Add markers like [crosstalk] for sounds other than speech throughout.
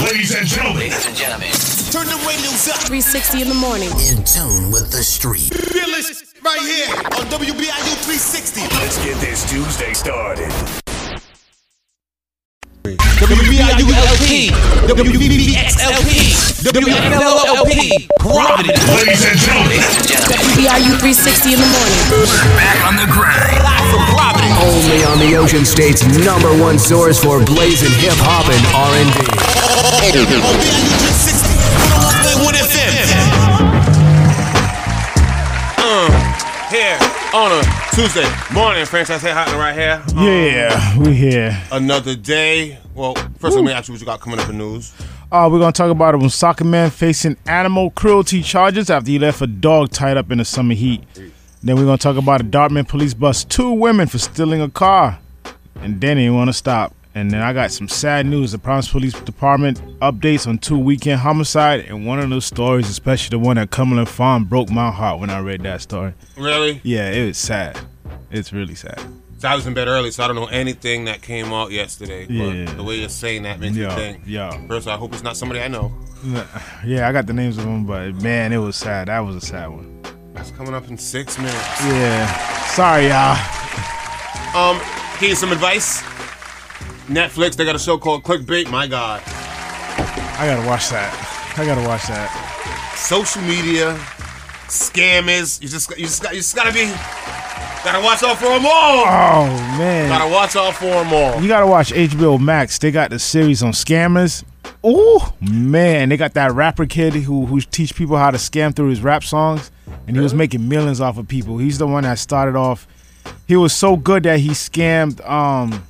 Ladies and gentlemen, Ladies and gentlemen, 360 in the morning. In tune with the street. right here on WBIU 360. let's get this Tuesday started. WBIU LP, WBBXLP, WFLLP, Providence. Ladies and gentlemen, ladies and gentlemen, WBIU 360 in the morning. Live from Providence. Only on the Ocean State's number one source for blazing hip hop and R and B. On BIU 360. 101.1 FM. here on a Tuesday morning, Francis. Hey, hot in the right here. Um, Yeah, we here. Another day. Well, first let me ask you what you got coming up in news. Uh, we're gonna talk about it when soccer man facing animal cruelty charges after he left a dog tied up in the summer heat. Then we're gonna talk about a Dartmouth police bust two women for stealing a car, and then they want to stop. And then I got some sad news: the Providence Police Department updates on two weekend homicide, and one of those stories, especially the one at Cumberland Farm, broke my heart when I read that story. Really? Yeah, it was sad. It's really sad. So I was in bed early, so I don't know anything that came out yesterday. Yeah. But the way you're saying that makes Yeah, me think. yeah. First, I hope it's not somebody I know. Yeah, I got the names of them, but man, it was sad. That was a sad one. That's coming up in six minutes. Yeah, sorry, y'all. Um, give you some advice. Netflix, they got a show called Clickbait. My God. I gotta watch that. I gotta watch that. social media scammers. You just you just got you just gotta be gotta watch out for them all. Oh man, Gotta watch out for them all. you gotta watch HBO Max. They got the series on scammers. Ooh man, they got that rapper kid who who teach people how to scam through his rap songs, and he was making millions off of people. He's the one that started off. He was so good that he scammed um,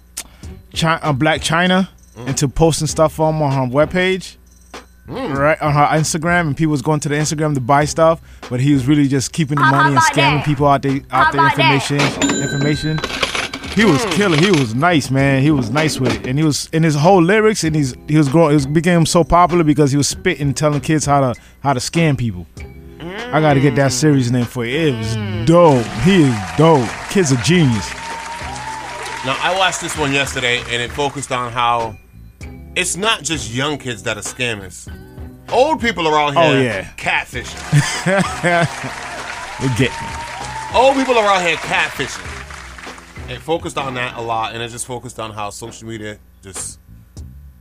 China, uh, Black China Mm. into posting stuff on on her webpage. Mm. Right on her Instagram, and people was going to the Instagram to buy stuff, but he was really just keeping the How money and about scamming that? people out there out How their about that? information. Information. He was killing. He was nice, man. He was nice with it, and he was in his whole lyrics, and he's he was growing. He was, became so popular because he was spitting, telling kids how to how to scam people. I gotta get that series name for you. It was dope. He is dope. Kid's a genius. Now I watched this one yesterday and it focused on how it's not just young kids that are scammers. Old people are out here Oh, yeah. catfishing. We get [laughs] Old people are out here catfishing. It focused on that a lot and it just focused on how social media just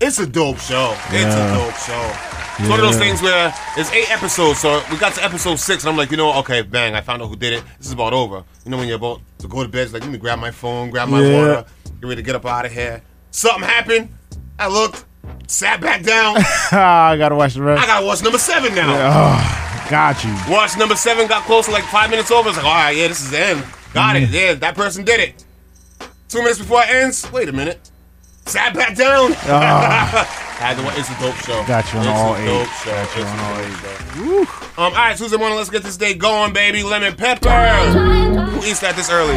it's a dope show. It's a Yeah. dope show. It's one of those Yeah. things where it's eight episodes, so we got to episode six, and I'm like, you know, okay, bang, I found out who did it. This is about over. You know, when you're about to go to bed, it's like, let me grab my phone, grab my Yeah. water, get ready to get up out of here. Something happened. I looked, sat [laughs] back down. I gotta watch the I rest. Ah, gotta watch number seven now. Got you. Watch number seven got close to like five minutes over. It's like, all right, yeah, this is the end. Got Mm-hmm. it. Yeah, that person did it. Two minutes before it ends. Wait a minute. Sat back down. [laughs] Had to wa- it's a dope show. Oh. Got you on it's all a eight. Dope show. Got you it's on a all dope show. Um, all right, Tuesday morning, let's get this day going, baby. Lemon pepper. Who eats that this early?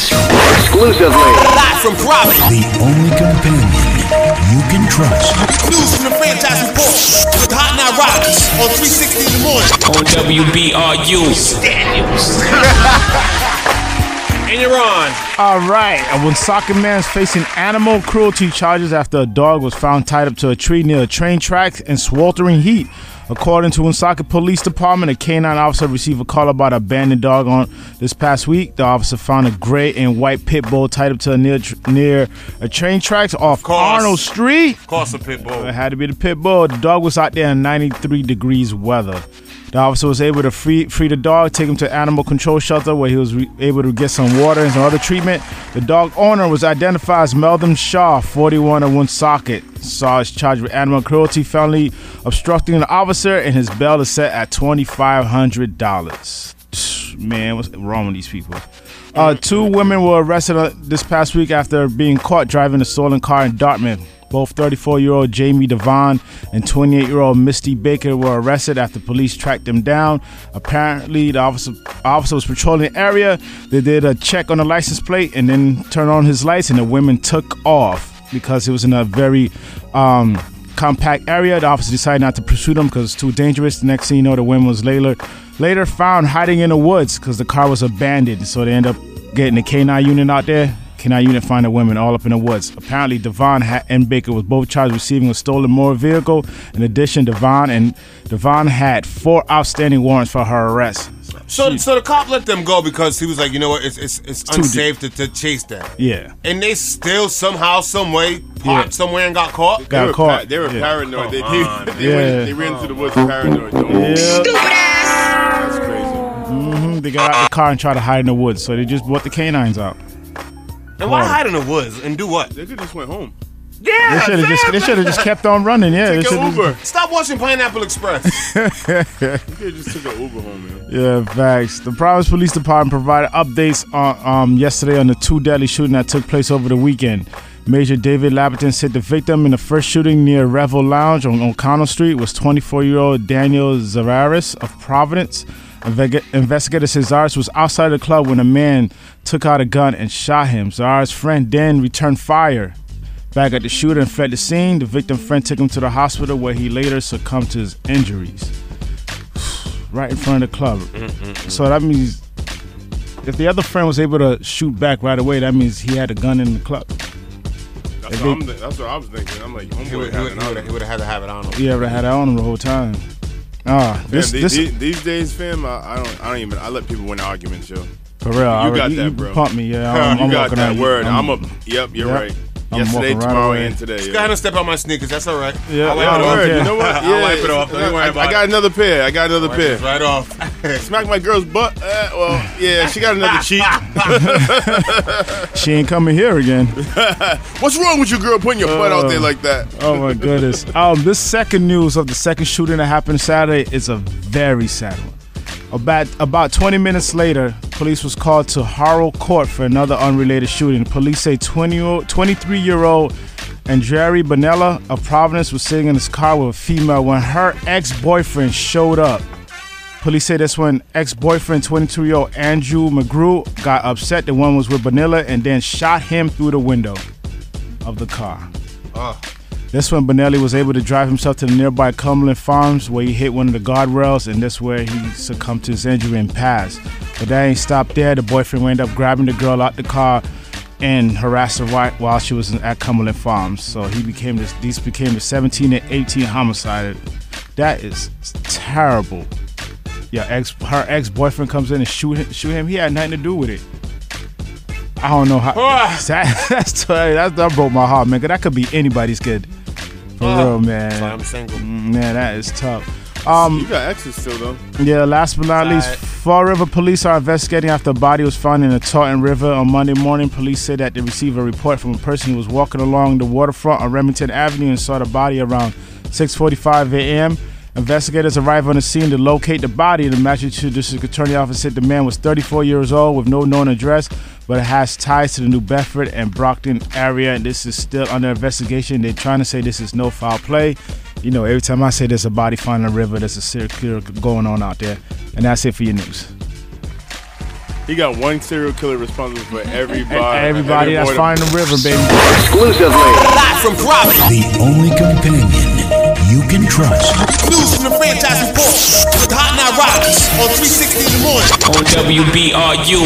Exclusively. Live from Providence. The only companion you can trust. News from the franchise report with Hot Now Rockets on 360 in the morning. on WBRU. And you're on. All right. And When soccer man's facing animal cruelty charges after a dog was found tied up to a tree near a train tracks in sweltering heat. According to Woonsocket Police Department, a canine officer received a call about an abandoned dog on this past week. The officer found a gray and white pit bull tied up to a near near a train tracks off course. Arnold Street. Cost of pit [laughs] bull. It had to be the pit bull. The dog was out there in 93 degrees weather. The officer was able to free free the dog, take him to animal control shelter where he was re- able to get some water and some other treatment. The dog owner was identified as Meldon Shaw, 41 of one socket. Shaw is charged with animal cruelty, felony obstructing an officer, and his bail is set at $2,500. Man, what's wrong with these people? Uh, two women were arrested uh, this past week after being caught driving a stolen car in Dartmouth. Both 34 year old Jamie Devon and 28 year old Misty Baker were arrested after police tracked them down. Apparently, the officer, officer was patrolling the area. They did a check on the license plate and then turned on his lights, and the women took off because it was in a very um, compact area. The officer decided not to pursue them because it's too dangerous. The next thing you know, the women was later later found hiding in the woods because the car was abandoned. So they end up getting the K9 unit out there. K9 unit finding women all up in the woods. Apparently, Devon ha- and Baker was both charged with receiving a stolen motor vehicle. In addition, Devon and Devon had four outstanding warrants for her arrest. So, so the cop let them go because he was like, you know what, it's it's, it's deep. unsafe to, to chase them. Yeah. And they still somehow, some way, popped Yeah. somewhere and got caught. Got they were, caught. pa- they were Yeah. paranoid. They, [laughs] they, they, Yeah. went, they ran into the woods paranoid. Though. Yep. That's crazy. Mhm, They got out the car and tried to hide in the woods, so they just brought the canines out. And why Wow. hide in the woods and do what? They could just went home. They should have just they should have just kept on running. Yeah, they Take shoulda an just- Uber. Stop watching Pineapple [laughs] Express. You could just took an Uber home, man. Yeah, facts. The Providence Police Department provided updates on um, yesterday on the two deadly shooting that took place over the weekend. Major David Laberton said the victim in the first shooting near Revel Lounge on O'Connell Street was 24-year-old Daniel Zavaris of Providence. Inveg- investigator says Zavaris was outside the club when a man took out a gun and shot him. Zavaris' friend then returned fire back at the shooter and fled the scene. The victim's friend took him to the hospital where he later succumbed to his injuries right in front of the club. Mm-hmm. So that means if the other friend was able to shoot back right away, that means he had a gun in the club. That's, what I'm, thi- that's what I was thinking. I'm like, he homeboy would had an honor. have had to have it on him. He ever had that on him the whole time. Ah, Damn, this the- this the- these days, fam, I, I don't, I don't even. I let people win arguments, yo. for real. I re- got that, bro. Pump me, [laughs] yeah. Um, I'm, you I'm got walking that out. word. I'm, a. Yep, you're Yep. right. I'm Yesterday, walking right tomorrow, away. and today. Go yo. ahead and step on my sneakers. That's all right. Yeah, I'll wipe yeah, it off. Word, Okay. you know [laughs] what? [laughs] I'll wipe it off. Don't I, worry about I got another pair. I got another pair. it. Right off. [laughs] Smack my girl's butt. Uh, well, yeah, she got another [laughs] cheek. [laughs] She ain't coming here again. [laughs] What's wrong with you, girl, putting your butt out there like that? Oh my goodness. Um, this second news of the second shooting that happened Saturday is a very sad one. About about 20 minutes later, police was called to Harrow Court for another unrelated shooting. Police say 20 year- 23-year-old Andrei Bonella of Providence was sitting in his car with a female when her ex-boyfriend showed up. Police say that's when ex-boyfriend 22-year-old Andrew McGrew got upset that one was with Bonilla and then shot him through the window of the car. That's when Benelli was able to drive himself to the nearby Cumberland Farms where he hit one of the guardrails, and that's where he succumbed to his injury and passed. But that ain't stopped there. The boyfriend ended up grabbing the girl out the car and harassed her right while she was in- at Cumberland Farms. So he became this. These became the 17 and 18 homicide. That is terrible. Yeah, ex her ex boyfriend comes in and shoot him, shoot him. He had nothing to do with it. I don't know how. Ah. That, [laughs] that's that, that broke my heart, man. 'cause that could be anybody's kid. For real, man. Ah, Mm, I'm single. Man, that is tough. [laughs] Um, You got exes still, though. Yeah, last but not least, Fall River police are investigating after a body was found in the Taunton River on Monday morning. Police said that they received a report from a person who was walking along the waterfront on Remington Avenue and saw the body around 6:45 a.m. Investigators arrived on the scene to locate the body. The Massachusetts District Attorney Office said the man was 34 years old with no known address, but it has ties to the New Bedford and Brockton area. And this is still under investigation. They're trying to say this is no foul play. You know, every time I say there's a body found in a river, there's a serial killer going on out there. And that's it for your news. He got one serial killer responsible [laughs] for everybody. Everybody that's finding the river, baby. Exclusively. Live from Providence. The only companion you can trust. News from the franchise report with Hot Now Rockets on 360 in the morning. On WBRU.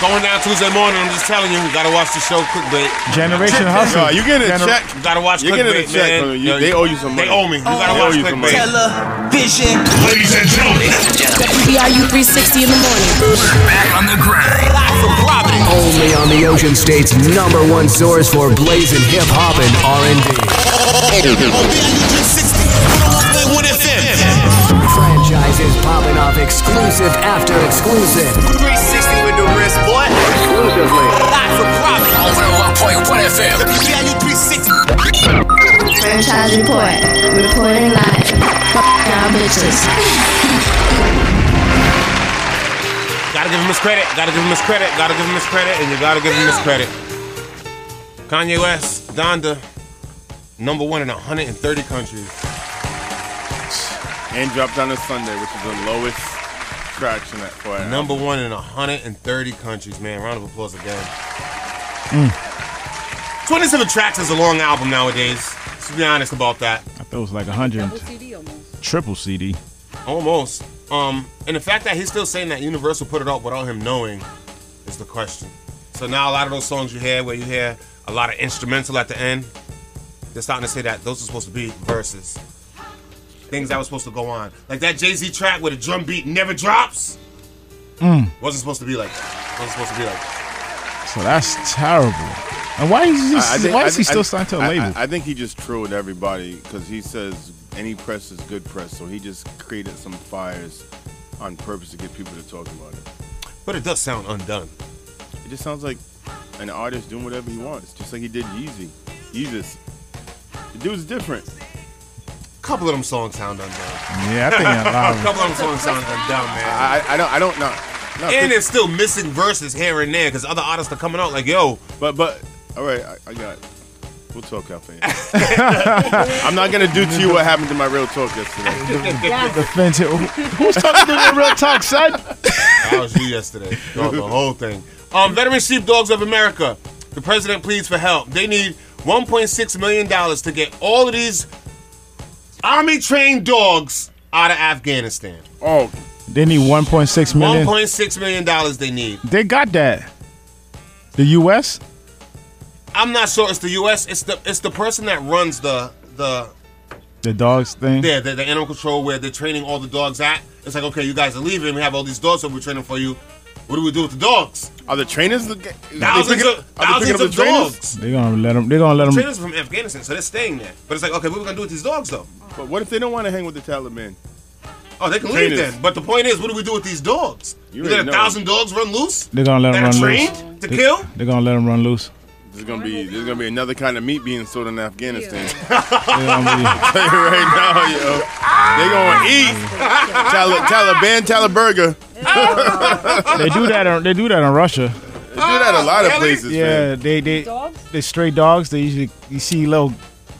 Going down Tuesday morning, I'm just telling you, you gotta watch the show clickbait. Generation Hustle. Yo, you getting a Gener- check? You gotta watch You're getting a clickbait, check, man. brother. You- Yo, they owe you some money. Oh, They owe me. You gotta They owe watch you some money. clickbait. Vision. Ladies and gentlemen, WBRU 360 in the morning. back on the grind. Live from Providence. Only on the Ocean State's number one source for blazing hip hop and R&B. On BIU 360. 101.1 FM. Franchises popping off exclusive after exclusive. 360 with the wrist, boy. Exclusively. Live from Providence. On 101.1 FM. BIU 360. Franchise report. Reporting live. Fuck y'all bitches. Gotta give him his credit. Gotta give him his credit. Gotta give him his credit. And you gotta give him his credit. Kanye West, Donda, number one in 130 countries. And dropped on a Sunday, which is the lowest traction that for an Number one in 130 countries, man. Round of applause again. 27 tracks is a long album nowadays. Let's be honest about that. I thought it was like 100. Triple CD. Almost. Um, and the fact that he's still saying that Universal put it out without him knowing is the question. So now a lot of those songs you hear where you hear a lot of instrumental at the end, they're starting to say that those are supposed to be verses. Things that were supposed to go on. Like that Jay-Z track where the drum beat never drops. Mm. Wasn't supposed to be like that. Wasn't supposed to be like that. So that's terrible. And why is he, I- I think- why I is he think- still I- signed to a I- label? I, I think he just trolled everybody because he says any press is good press, so he just created some fires on purpose to get people to talk about it. But it does sound undone. It just sounds like an artist doing whatever he wants, just like he did Yeezy. Yeezus. The dude's different. couple of them songs sound undone. Yeah, I think a [laughs] uh, lot of Mm. a them- couple of them songs sound undone, man. I, I don't, I don't know. and it's still missing verses here and there because other artists are coming out like, yo. But but all right, I, I got. It. We'll talk after. [laughs] I'm not gonna do to you what happened to my real talk [laughs] yesterday. The fence hit- Who's talking to the real talk, son? That was you yesterday. Dog, the whole thing. Um, Veteran Sheepdogs of America. The president pleads for help. They need 1.6 million dollars to get all of these army-trained dogs out of Afghanistan. Oh, They need 1.6 million. 1.6 million dollars they need. They got that. The U.S. I'm not sure it's the U.S. It's the it's the person that runs the the The dogs thing. Yeah, the, the animal control where they're training all the dogs at. It's like, okay, you guys are leaving. We have all these dogs, so we're training for you. What do we do with the dogs? Are the trainers the thousands picking- of are they picking up thousands of the trainers? dogs? They're gonna let them. They're gonna Hmm. let them. Trainers are from Afghanistan, so they're staying there. But it's like, okay, what are we gonna do with these dogs though? But what if they don't want to hang with the Taliban? Oh, they can leave Trainers. then. But the point is, what do we do with these dogs? You You, let already know. a thousand dogs run loose? They're gonna let them That run are loose. trained to They- kill? They're gonna let them run loose. There's gonna be there's gonna be another kind of meat being sold in Afghanistan. [laughs] They're gonna be- right now, yo, they gonna eat Tal- Taliban Taliburger. [laughs] they do that. In, they do that in Russia. They do that a lot of places. yeah, man. they they they stray dogs. They usually you see little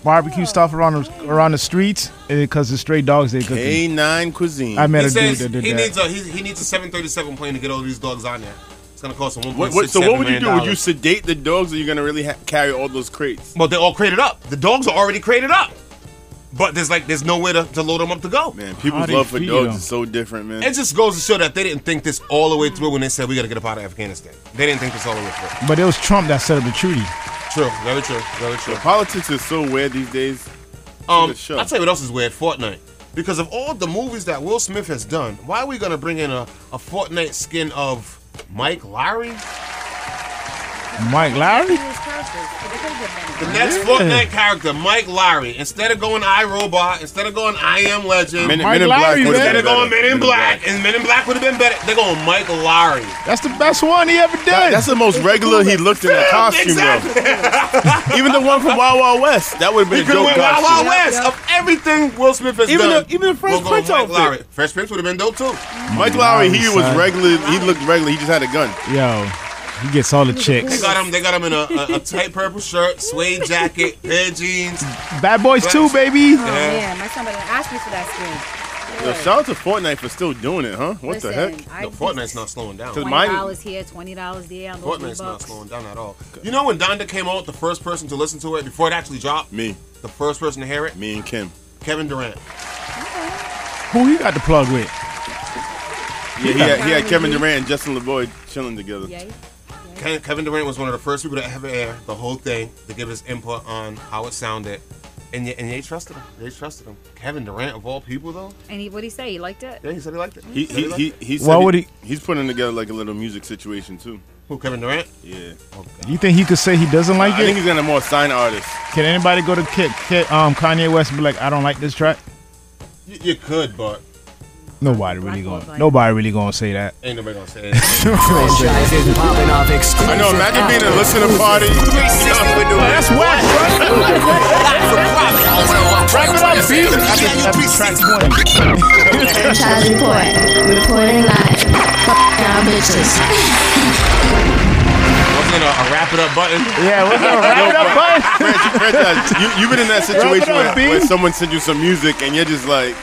barbecue stuff around the, around the streets eh, because the stray dogs they cook. K9 cuisine. I met He a dude says that did he that. needs a he, he needs a 737 plane to get all these dogs on there. It's gonna cost him one What, point what, six so seven what million would you do? Would you dollars. sedate the dogs, or you gonna really ha- carry all those crates? Well, they're all crated up. The dogs are already crated up. But there's like there's nowhere to, to load them up to go. Man, People's love for dogs is so different, man. It just goes to show that they didn't think this all the way through when they said we got to get up out of Afghanistan. They didn't think this all the way through. But it was Trump that set up the treaty. True, very true, very true. Politics is so weird these days. Um, It's a show. I'll tell you what else is weird: Fortnite. Because of all the movies that Will Smith has done, why are we gonna bring in a, a Fortnite skin of Mike Lowry? Mike Lowry. The next Yeah. Fortnite character, Mike Lowry. Instead of going iRobot, instead of going I Am Legend, Men- Mike Men in Black Lowry, would've instead been of going better. Men in Black, and Men in Black would have been better. They're going Mike Lowry. That's the best one he ever did. That's the most regular he looked [laughs] in a costume, though. Even the one from Wild Wild West, that would have been He a could dope have went Wild costume. Wild West of everything Will Smith has Even done. the- even the Fresh we'll go Prince Mike outfit. Lowry. Fresh Prince would have been dope too. Mike Lowry, he Lowry, was son. regular. He looked regular. He just had a gun. Yo, he gets all the They chicks. got him. They got him in a, a, a tight purple shirt, suede jacket, pair of jeans. Bad Boys too, baby. Oh man, my son about to ask me for that skin. Yo, Good. shout out to Fortnite for still doing it, huh? What the Listen, heck? I No, Fortnite's not slowing down. Cause Twenty mine- dollars here, twenty dollars there. I'm going Fortnite's not slowing down at all. You know when Donda came out, the first person to listen to it before it actually dropped, Me, the first person to hear it, me and Kim. Kevin Durant. Who he got the plug with? Yeah, he had, he had Kevin Durant and Justin LeBoy chilling together. Ke- Kevin Durant was one of the first people to ever air the whole thing to give his input on how it sounded, and y- and they trusted him. They trusted him. Kevin Durant of all people though. And he, what would he say? He liked it. Yeah, he said he liked it. He said he he liked he, it. he said Why would he- He's putting together like a little music situation too. Who Kevin Durant? Oh, Yeah, You think he could say he doesn't like I it? think he's gonna more sign artist. Can anybody go to Kit, Kit, um, Kanye West and be like, I don't like this track? You, you could, but Nobody really going. Nobody really going to say that. [laughs] ain't nobody gonna say it. Franchise is popping off I exclusive. know. Imagine being a listener [laughs] party. That's whack, Franchise report. Reporting live. Fucking our bitches. Wasn't it a, a wrap it up button? Yeah, what's up? Wrap it up, bud. [laughs] Franchise, you, you've been in that Wrap it situation where, up, B. where someone sends you some music and you're just like,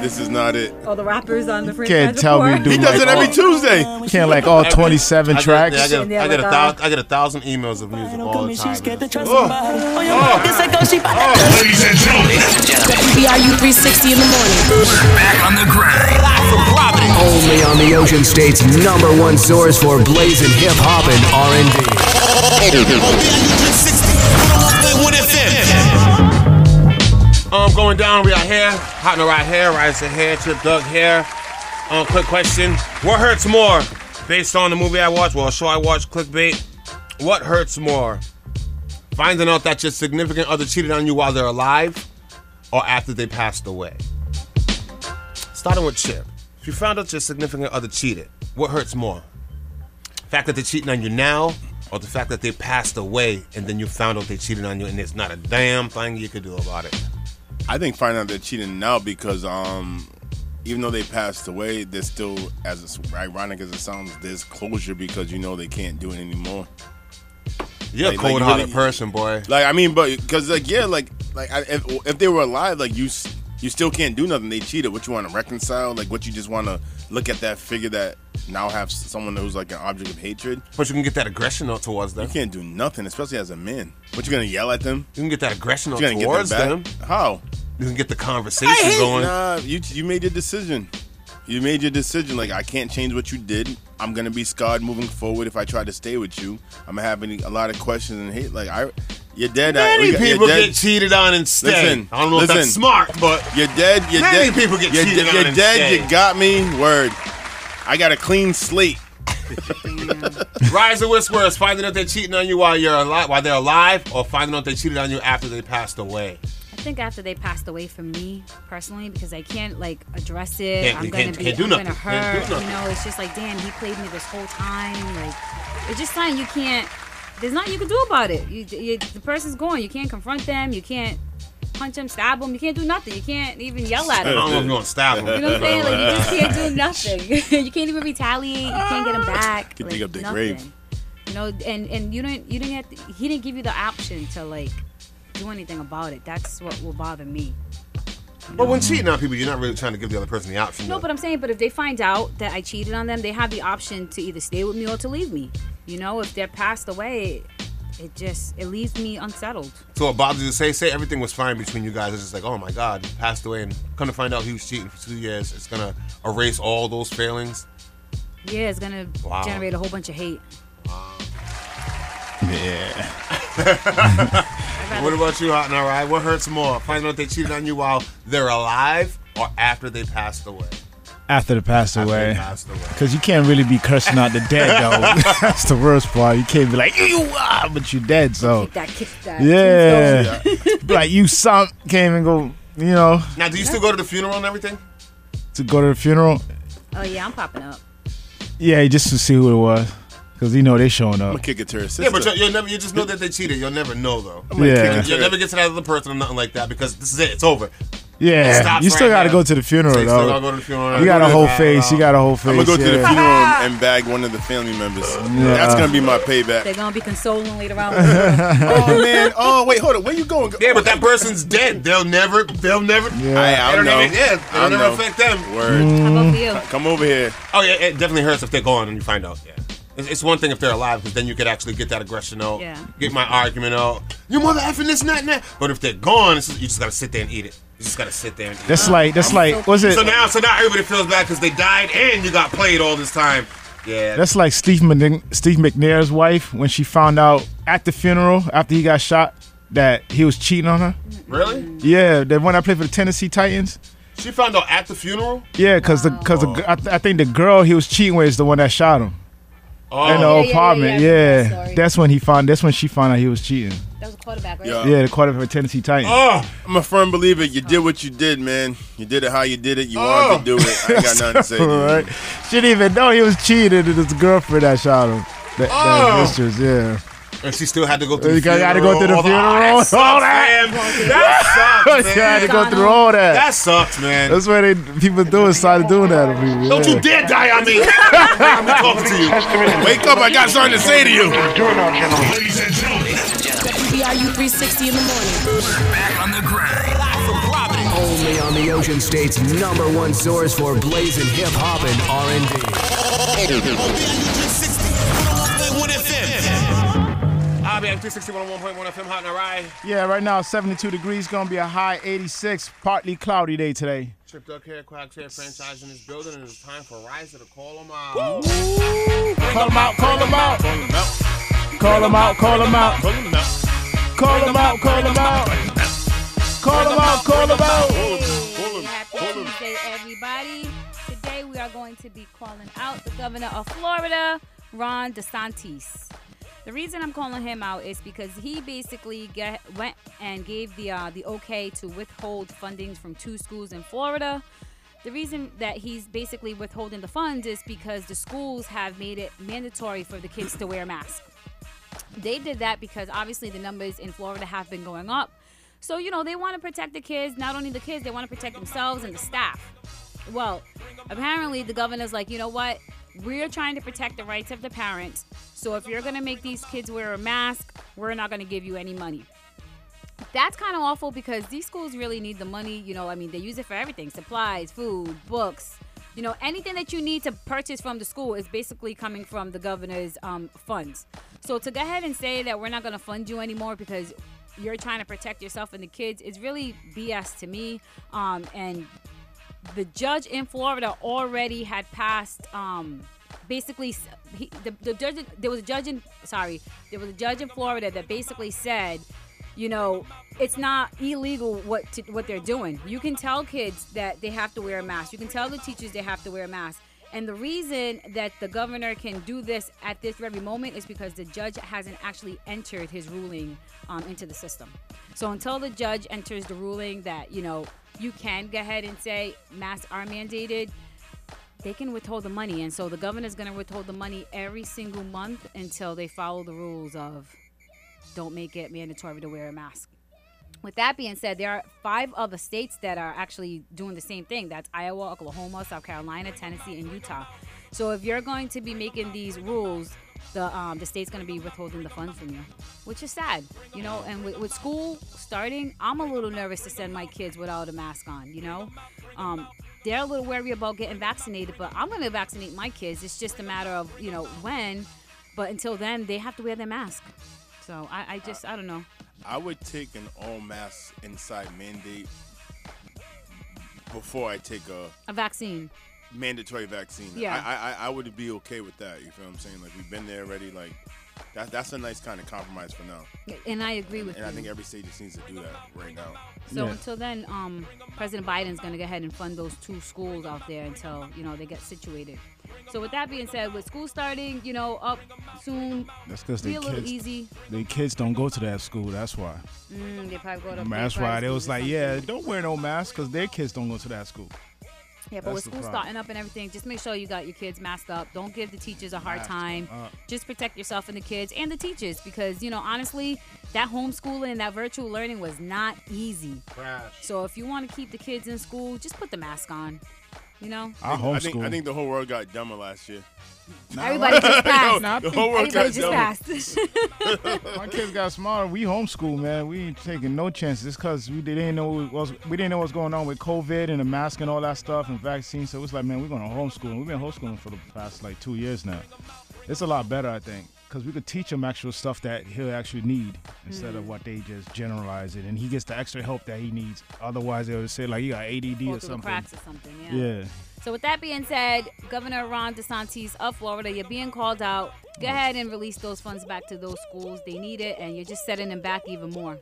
This is not it. All the rappers on the You French can't tell me, Reservoir. dude. like, all- Can't like all Every- twenty seven I get- tracks. I get, I, get a Yeah, thou- like, I get a thousand emails of music all the time. Ladies and gentlemen, WBIU 360 in the morning. back on the grind. Live from Providence. Only on the Ocean State's number one source for blazing hip hop and R and B. Um, going down, we out here. Hot in the right hair, rise of hair, trip dug hair. Um, quick question. What hurts more? Based on the movie I watched, well, a show I watched, clickbait. What hurts more? Finding out that your significant other cheated on you while they're alive or after they passed away? Starting with Chip. If you found out your significant other cheated, what hurts more? The fact that they're cheating on you now or the fact that they passed away and then you found out they cheated on you and there's not a damn thing you could do about it? I think finding out they're cheating now because um, even though they passed away, they're still, as it's ironic as it sounds, there's closure because you know they can't do it anymore. You're Like- a like you cold hearted really- person, boy. Like I mean, but because like yeah, like like I, if, if they were alive, like you s- you still can't do nothing. They cheated. What you want to reconcile? Like what you just want to look at that figure that now have s- someone who's like an object of hatred. But you can get that aggression out towards them. You can't do nothing, especially as a man. But you're gonna yell at them. You can get that aggression out You're gonna towards get them them. back. How? You can get the conversation going. Nah, you you made your decision. You made your decision. Like I can't change what you did. I'm gonna be scarred moving forward if I try to stay with you. I'm having a lot of questions and hate. Like I, you're dead. I- Many we got- you're people dead. get cheated on and stay. Listen, I don't know if that's listen. smart, but You're dead. You're Many dead. people get you're cheated on You're and dead. stay. You got me. Word. I got a clean slate. Rise of Whisperers, finding out they're cheating on you while you're alive while they're alive, or finding out they cheated on you after they passed away. I think after they passed away from me personally, because I can't like address it. Can't- I'm you gonna can't- be, can't do I'm nothing. gonna Can't do hurt. You nothing. know, it's just like, damn, he played me this whole time. Like, it's just something you can't. There's nothing you can do about it. You, you, the person's gone. You can't confront them. You can't punch them, stab them. You can't do nothing. You can't even yell at I them. don't know if you're gonna stab them. [laughs] [laughs] You know what I'm saying? Like you just can't do nothing. [laughs] you can't even retaliate. You can't get him back. Can like, dig up their nothing. grave. You know, and and you didn't you didn't have to, he didn't give you the option to like do anything about it. That's what will bother me. But when cheating on people, you're not really trying to give the other person the option. No, though. but I'm saying, but if they find out that I cheated on them, they have the option to either stay with me or to leave me. You know, if they're passed away, it just it leaves me unsettled. so what bothers you to say, say everything was fine between you guys. It's just like, oh my God, he passed away and come to find out he was cheating for two years. It's gonna erase all those failings. Yeah, it's gonna Wow. generate a whole bunch of hate. Yeah. What about you, Hot and Alright? What hurts more? Finding out they cheated on you while they're alive or after they passed away? After the pass After they away. passed away. Cause you can't really be cursing out the dead [laughs] though. That's the worst part. You can't be like you, you are, but you dead. So That kick that. yeah, like you some can't even go. You know, Now, do you still go to the funeral and everything? to go to the funeral. Oh yeah, I'm popping up. Yeah, just to see who it was, cause you know they showing I'm up. gonna kick it to her sister. Yeah, but you'll, you'll never. You just know that they cheated. You'll never know though. Yeah, You'll never get to that other person or nothing like that because this is it. It's over. yeah. Stops You still right gotta now. go to the funeral So you still gotta though. go to the funeral. You got a Go to whole the- face. You got a whole face. I'm gonna go to the yeah. funeral and [laughs] bag one of the family members. That's gonna be my payback. They're gonna be consoling later on. oh man. Oh wait, hold on. Where you going? Yeah, but that person's dead. They'll never. They'll never. Yeah. I, I They don't don't know. even- yeah, they I don't don't ever know. affect them. Word. Mm. How about you? Come over here. Oh yeah, it definitely hurts if they're gone and you find out. Yeah. It's, it's one thing if they're alive because then you could actually get that aggression out. Yeah. Get my argument out. Your mother effing this, not that. But if they're gone, it's just, you just gotta sit there and eat it. You just gotta sit there and eat it. That's like that's like was it? So now, so now everybody feels bad because they died and you got played all this time. Yeah. That's like Steve, Mc- Steve McNair's wife when she found out at the funeral after he got shot that he was cheating on her. really. Yeah, that when I played for the Tennessee Titans. She found out at the funeral. Yeah, cause the cause the, I, th- I think the girl he was cheating with is the one that shot him Oh, in the yeah, yeah, apartment. yeah, I Yeah, remember that story. that's when he found. That's when she found out he was cheating. That was a quarterback, right? Yeah. Yeah, the quarterback for Tennessee Titans. [laughs] oh, I'm a firm believer. You did what you did, man. You did it how you did it. You wanted Oh. to do it. I ain't got nothing to [laughs] say. To you. right. She didn't even know he was cheating. It was the girlfriend that shot him. That, that Oh. mistress, yeah. and she still had to go through. You the funeral. gotta go through the all funeral, Oh, that [laughs] sucks, all that. man. That She [laughs] sucks, man. had to go through all that. That sucks, man. That's why they people do it, started doing that to people. Don't yeah. you dare die on me. I'm talking to you. Wake up! I got something to say to you. Ladies and gentlemen, WBIU 360 in the morning. back on the grind. Live from Providence. Only on the Ocean State's number one source for blazing hip hop and R&B. I'll be at 360 101.1 FM Hot and Rye. Yeah, right now it's 72 degrees, gonna be a high 86, partly cloudy day today. Tripped up here, Quacks here, franchise in this building, and it's time for Rise to call them Woo! out. Call them out, call them out, Call them out. call them out, call them out, Call them out. call them out, call them out, call them out, call them out. Call them. Happy Call them. Tuesday, everybody. Today we are going to be calling out the governor of Florida, Ron DeSantis. The reason I'm calling him out is because he basically get, went and gave the uh, the okay to withhold funding from two schools in Florida. The reason that he's basically withholding the funds is because the schools have made it mandatory for the kids to wear masks they did that because obviously the numbers in Florida have been going up. So, you know, they want to protect the kids, not only the kids, they want to protect themselves and the staff. Well, apparently the governor's like, you know what? We're trying to protect the rights of the parents. So if you're going to make these kids wear a mask, we're not going to give you any money. That's kind of awful because these schools really need the money. You know, I mean, they use it for everything supplies, food, books. You know, anything that you need to purchase from the school is basically coming from the governor's um, funds. So to go ahead and say that we're not going to fund you anymore because you're trying to protect yourself and the kids is really BS to me. Um, and the judge in Florida already had passed. Um, basically, s- he, the, the judge. There was a judge in. Sorry, there was a judge in Florida that basically said, you know, it's not illegal what to, what they're doing. You can tell kids that they have to wear a mask. You can tell the teachers they have to wear a mask. And the reason that the governor can do this at this very moment is because the judge hasn't actually entered his ruling um, into the system. So until the judge enters the ruling that you know you can go ahead and say masks are mandated, they can withhold the money. And so the governor's going to withhold the money every single month until they follow the rules of don't make it mandatory to wear a mask. With that being said, there are five other states that are actually doing the same thing. That's Iowa, Oklahoma, South Carolina, Tennessee, and Utah. So if you're going to be making these rules, the um, the state's going to be withholding the funds from you, which is sad, you know. And with, with school starting, I'm a little nervous to send my kids without a mask on, you know. Um, they're a little wary about getting vaccinated, but I'm going to vaccinate my kids. It's just a matter of you know when, but until then, they have to wear their mask. So I, I just I don't know. I would take an all mask inside mandate before I take a A vaccine. mandatory vaccine. Yeah. I, I I would be okay with that. You feel what I'm saying? Like we've been there already. Like that that's a nice kind of compromise for now. And I agree with And you. I think every state just needs to do that right now. so Yeah. until then, um, President Biden's going to go ahead and fund those two schools out there until you know they get situated. So with that being said, with school starting, you know, up soon, That's 'cause be they a little kids- easy. The kids don't go to that school, that's why. Mm, they probably go to. That's why they private was schools or like, yeah, something. don't wear no mask because their kids don't go to that school. Yeah, but that's with the school problem. starting up and everything, just make sure you got your kids masked up. Don't give the teachers a hard Mask time. up. uh. Just protect yourself and the kids and the teachers because you know honestly, that homeschooling and that virtual learning was not easy. Crash. So if you want to keep the kids in school, just put the mask on. You know, I I think homeschool. I think the whole world got dumber last year. everybody [laughs] just passed. The whole world Everybody got just dumber. passed. My kids got smarter. We homeschool, man. We ain't taking no chances. It's cause we didn't know what was we didn't know what's going on with COVID and the mask and all that stuff and vaccine. So it's like, man, we're gonna homeschool. We've been homeschooling for the past like two years now. It's a lot better, I think, cause we could teach him actual stuff that he'll actually need instead of what they just generalize it. And he gets the extra help that he needs. Otherwise, they'll just say like, you got ADD Fall or through the something. cracks or something. Yeah. Yeah. So with that being said, Governor Ron DeSantis of Florida, you're being called out. Go ahead and release those funds back to those schools. They need it, and you're just setting them back even more.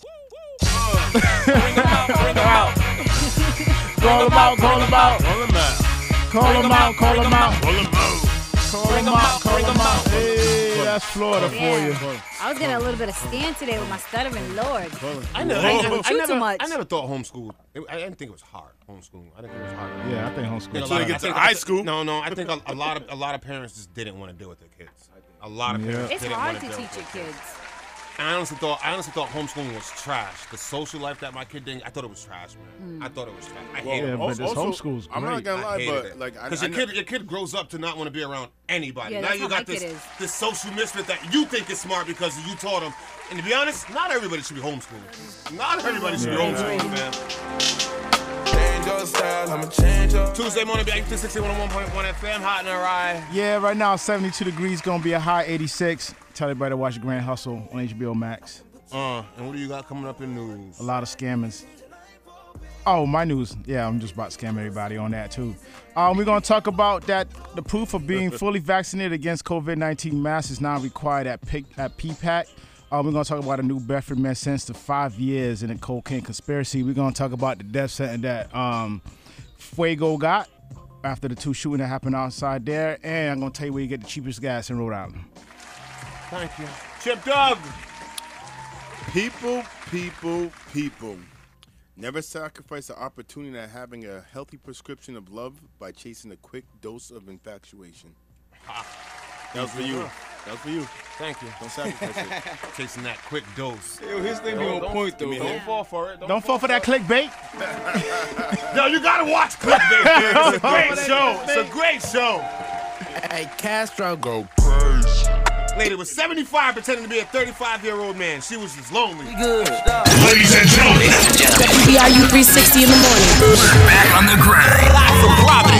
Call them out. Call them out. Call them out. Call them out. Call them out. Call them out. Call them out. Call them out. Hey, that's Florida for you. Yeah. I was getting a little bit of stand today with my stuttering lord. I never, I never, I Too never, too much. I never thought homeschool. I didn't think it was hard. Homeschool. I didn't think it was hard. Yeah, I think I think homeschool. a lot they of- get to I think- high school. No, no. I think a, a lot of a lot of parents just didn't want to deal with their kids. A lot of Yeah. parents. It's didn't hard wanna to deal with teach your [laughs] their kids. I honestly thought I honestly thought homeschooling was trash. The social life that my kid did, I thought it was trash, Hmm. man. I thought it was trash. I Well, hated Yeah, it. but this homeschool's I'm great. not gonna I lie, hated but it. like I, Cause I your kn- kid, your kid grows up to not want to be around anybody. Yeah, now that's you how got my this kid is. this social misfit that you think is smart because you taught him. And to be honest, not everybody should be homeschooling. Not everybody should be homeschooling, man. your style, I'ma change your. Tuesday morning, E back to 101.1 FM, hot and rye. Yeah, right now 72 degrees, gonna be a high 86. Tell everybody to watch Grand Hustle on HBO Max. Uh, and what do you got coming up in news? A lot of scammers. Oh, my news. Yeah, I'm just about to scam everybody on that too. Um, we're gonna talk about that the proof of being fully vaccinated against COVID-19 masks is now required at PIC, at PPAC. Um, we're gonna talk about a new Bedford man sentenced to five years in a cocaine conspiracy. We're gonna talk about the death sentence that um, Fuego got after the two shooting that happened outside there, and I'm gonna tell you where you get the cheapest gas in Rhode Island. Thank you. Chip Dog. People, people, people. Never sacrifice the opportunity of having a healthy prescription of love by chasing a quick dose of infatuation. [laughs] That was for you. That was for you. Thank you. Don't sacrifice it. Chasing that quick dose. Yo, his thing be Don't- on don't- point, give me though. a hint. Don't fall for it. Don't fall for that clickbait. No, you gotta watch [laughs] Clickbait. It's a great show. It's a great show. [laughs] Hey, Castro, go Lady was 75 pretending to be a 35 year old man. She was just lonely. Ladies and gentlemen. WBRU 360 in the morning. Back on the grind.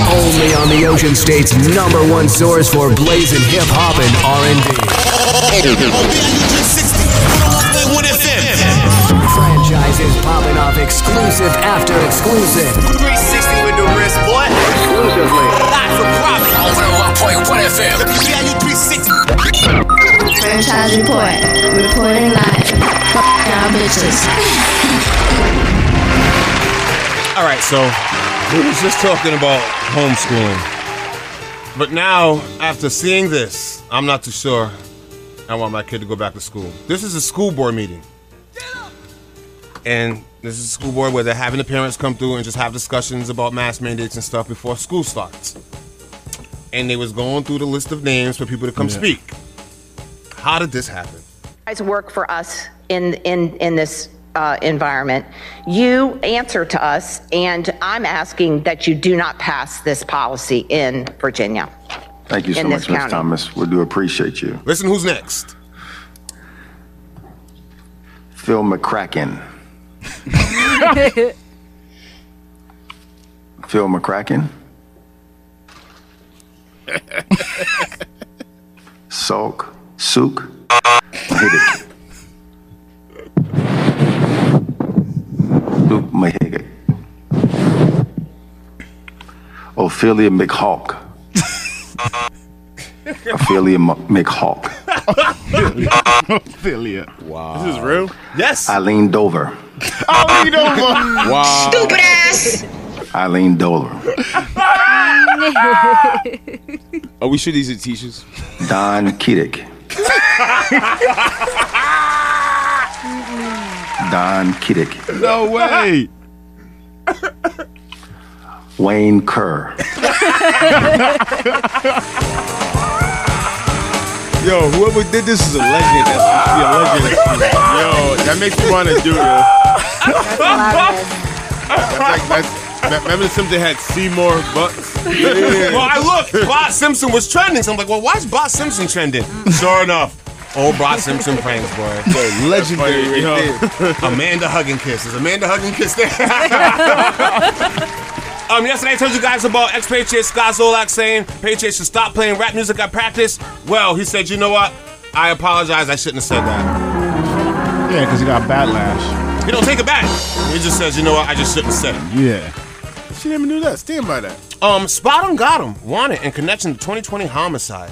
Only on the Ocean State's number one source for blazing hip hop and R&B. Franchises popping off exclusive after exclusive. 360 with the wrist, boy. Exclusively. Live for profit. On 101.1 FM. WBIU 360. Franchise report. Reporting live. Fuck y'all bitches. All right, so we was just talking about homeschooling, but now after seeing this, I'm not too sure. I want my kid to go back to school. This is a school board meeting, and this is a school board where they're having the parents come through and just have discussions about mask mandates and stuff before school starts. And they was going through the list of names for people to come speak. How did this happen? guys work for us in in in this uh, environment. You answer to us, and I'm asking that you do not pass this policy in Virginia. Thank you so in much, this Ms. county. Thomas. We do appreciate you. Listen, who's next? Phil McCracken. Phil McCracken. Sulk. Sook. Mahidic. Luke Mahidic. Ophelia McHawk. Ophelia Ma- [laughs] McHawk. Ophelia. Wow. This is real? Yes. Eileen Dover. [laughs] Eileen Dover. Wow. Stupid ass. Eileen Dover. Are we sure these are teachers? Don Kedick. Don Kedick. No way. Wayne Kerr. Yo, whoever did this is a legend. That's be a legend. Yo, that makes me want to do this. That's like, that's, me- remember the Simpsons had Seymour Butts? well, I looked. Bart Simpson was trending, so I'm like, well, why is Bart Simpson trending? Sure enough, old Bart Simpson pranks, boy. legendary right Amanda hugging kiss. Is Amanda hugging kiss there? um, yesterday I told you guys about ex-Patriot Scott Zolak saying Patriots should stop playing rap music at practice. Well, he said, you know what? I apologize. I shouldn't have said that. Yeah, because you got backlash. He don't take it back. He just says, you know what? I just shouldn't have said it. Yeah. She never knew that. Stand by that. Um, Spot on got him. Wanted in connection to 2020 homicide.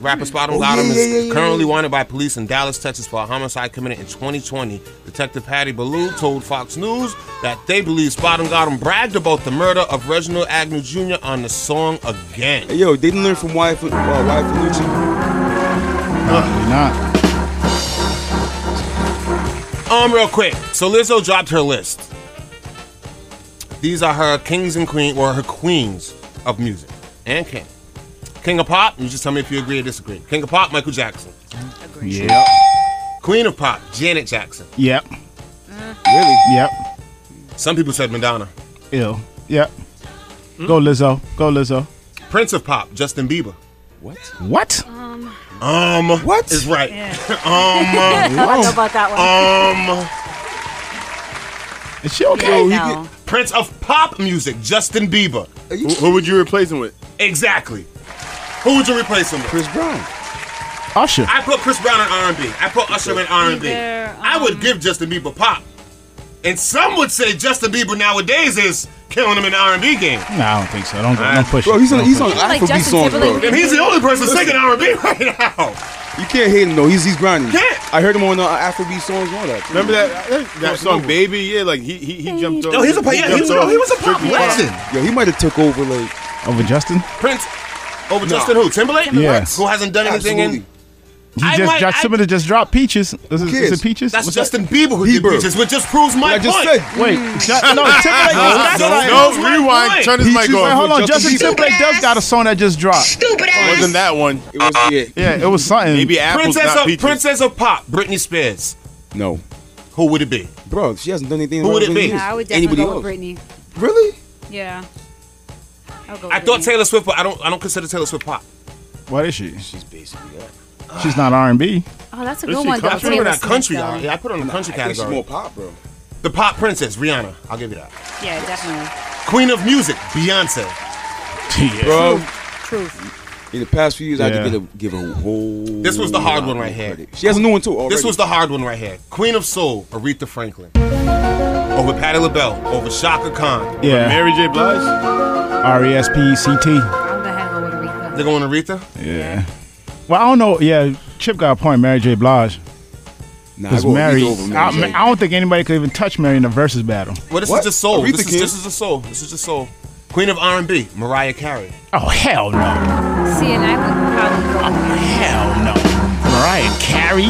Rapper Spot on Oh, got yeah, him yeah, is yeah, yeah, currently yeah. wanted by police in Dallas, Texas, for a homicide committed in 2020. Detective Patty Ballou told Fox News that they believe Spot on got him bragged about the murder of Reginald Agnew Jr. on the song again. Yo, they didn't learn from Y. F- uh, y. Felucci. Not. Um, real quick. So Lizzo dropped her list. These are her kings and queens, or her queens of music and king. King of pop. You just tell me if you agree or disagree. King of pop, Michael Jackson. Yep. Queen of pop, Janet Jackson. Yep. Uh-huh. Really? Yep. Some people said Madonna. Ill. Yep. Go Lizzo. Go Lizzo. Prince of pop, Justin Bieber. What? What? Uh-huh. Um. What? Is right. I don't know um. about that one. um. Is she okay? No. Prince of pop music, Justin Bieber. Who, who would you replace him with? Exactly. Who would you replace him with? Chris Brown. Usher. I put Chris Brown in R&B. I put Usher in R&B. Either, I would give Justin Bieber pop. And some would say Justin Bieber nowadays is killing him in the R&B game. No, I don't think so. Don't, don't push Bro, it. he's on- Don't he's on push it. Afrobeat Like Justin songs, bro. Timberlake. And he's the only person singing R&B right now. You can't hate him though. He's he's grinding. I heard him on the Afrobeat songs and all that. Remember that that, that song, baby? Yeah, like he he, he jumped. No, Oh, he's a pa- yeah, he was- no, he was a pop legend. Yo, he might have took over like over Justin. Prince over No. Justin who? Timberlake? Yeah. Who hasn't done anything in... He I just might- dropped, somebody just dropped peaches. Is it, is cares? it peaches? That's Justin Bieber who did peaches, which just proves my I just point. said. Wait, Ju- no, Timberlake No, was not no, on it. no, Proves my rewind, point. turn his He mic just- off. wait, Hold on, Justin Justin Timberlake does got a song that just dropped. Stupid ass. Wasn't that one? It was Yeah, it was something. Maybe apples, Princess not of peaches. Princess of Pop, Britney Spears. No. Who would it be? Bro, she hasn't done anything. Who would it be? Yeah, I would definitely go with Britney. Really? Yeah. I'll go I with thought Britney. Taylor Swift, but I don't. I don't consider Taylor Swift pop. What is she? She's basically that. She's not R and [laughs] B. Oh, that's a Is good she one. though, country? I put her in Taylor that country. Swift, though. though. Yeah, I put her in the country I think she's category. more pop, bro. The pop princess, Rihanna. I'll give you that. Yeah, definitely. Queen of music, Beyonce. Bro, Truth. in the past few years, I had to Yeah. give, a, give her a whole. This was the hard lot one of right here. credit. She has a new one too. Already. This was the hard one right here. Queen of soul, Aretha Franklin. Over Patti LaBelle. Over Shaka Khan. Yeah. Mary J. Blige. R E S P E C T. They're going Aretha. Yeah. Well, I don't know. Yeah, Chip got a point. Mary J. Blige. Nah, Because I go Mary, Aretha over Mary I, J. I don't think anybody could even touch Mary in a versus battle. Well, this is just soul. This is, this is just soul. This is just soul. Queen of R&B, Mariah Carey. Oh hell no! See, and I would probably go with Hell no! Mariah Carey.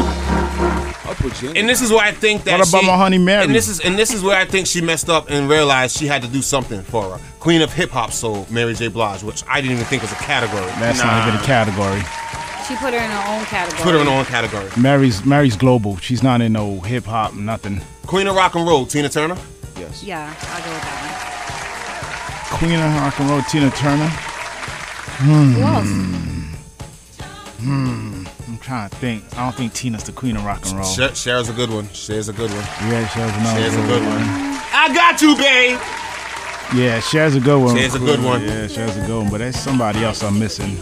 And this is where I think that What about she- my honey Mary? And this is and this is where I think she messed up and realized she had to do something for her. Queen of hip hop soul, Mary J. Blige, which I didn't even think was a category. That's not even a category. She put her in her own category. Put her in her own category. Mary's Mary's global. She's not in no hip hop nothing. Queen of rock and roll, Tina Turner. Yes. Yeah, I'll go with that Queen of rock and roll, Tina Turner. one. Who else? Hmm. Hmm. I'm trying to think. I don't think Tina's the queen of rock and roll. Cher- Cher's a good one. Cher's a good one. Yeah, Cher's another Cher's a good good one. one. I got you, babe. Yeah, Cher's a good one. Cher's a good one. Yeah, Cher's a good one. But there's somebody else I'm missing.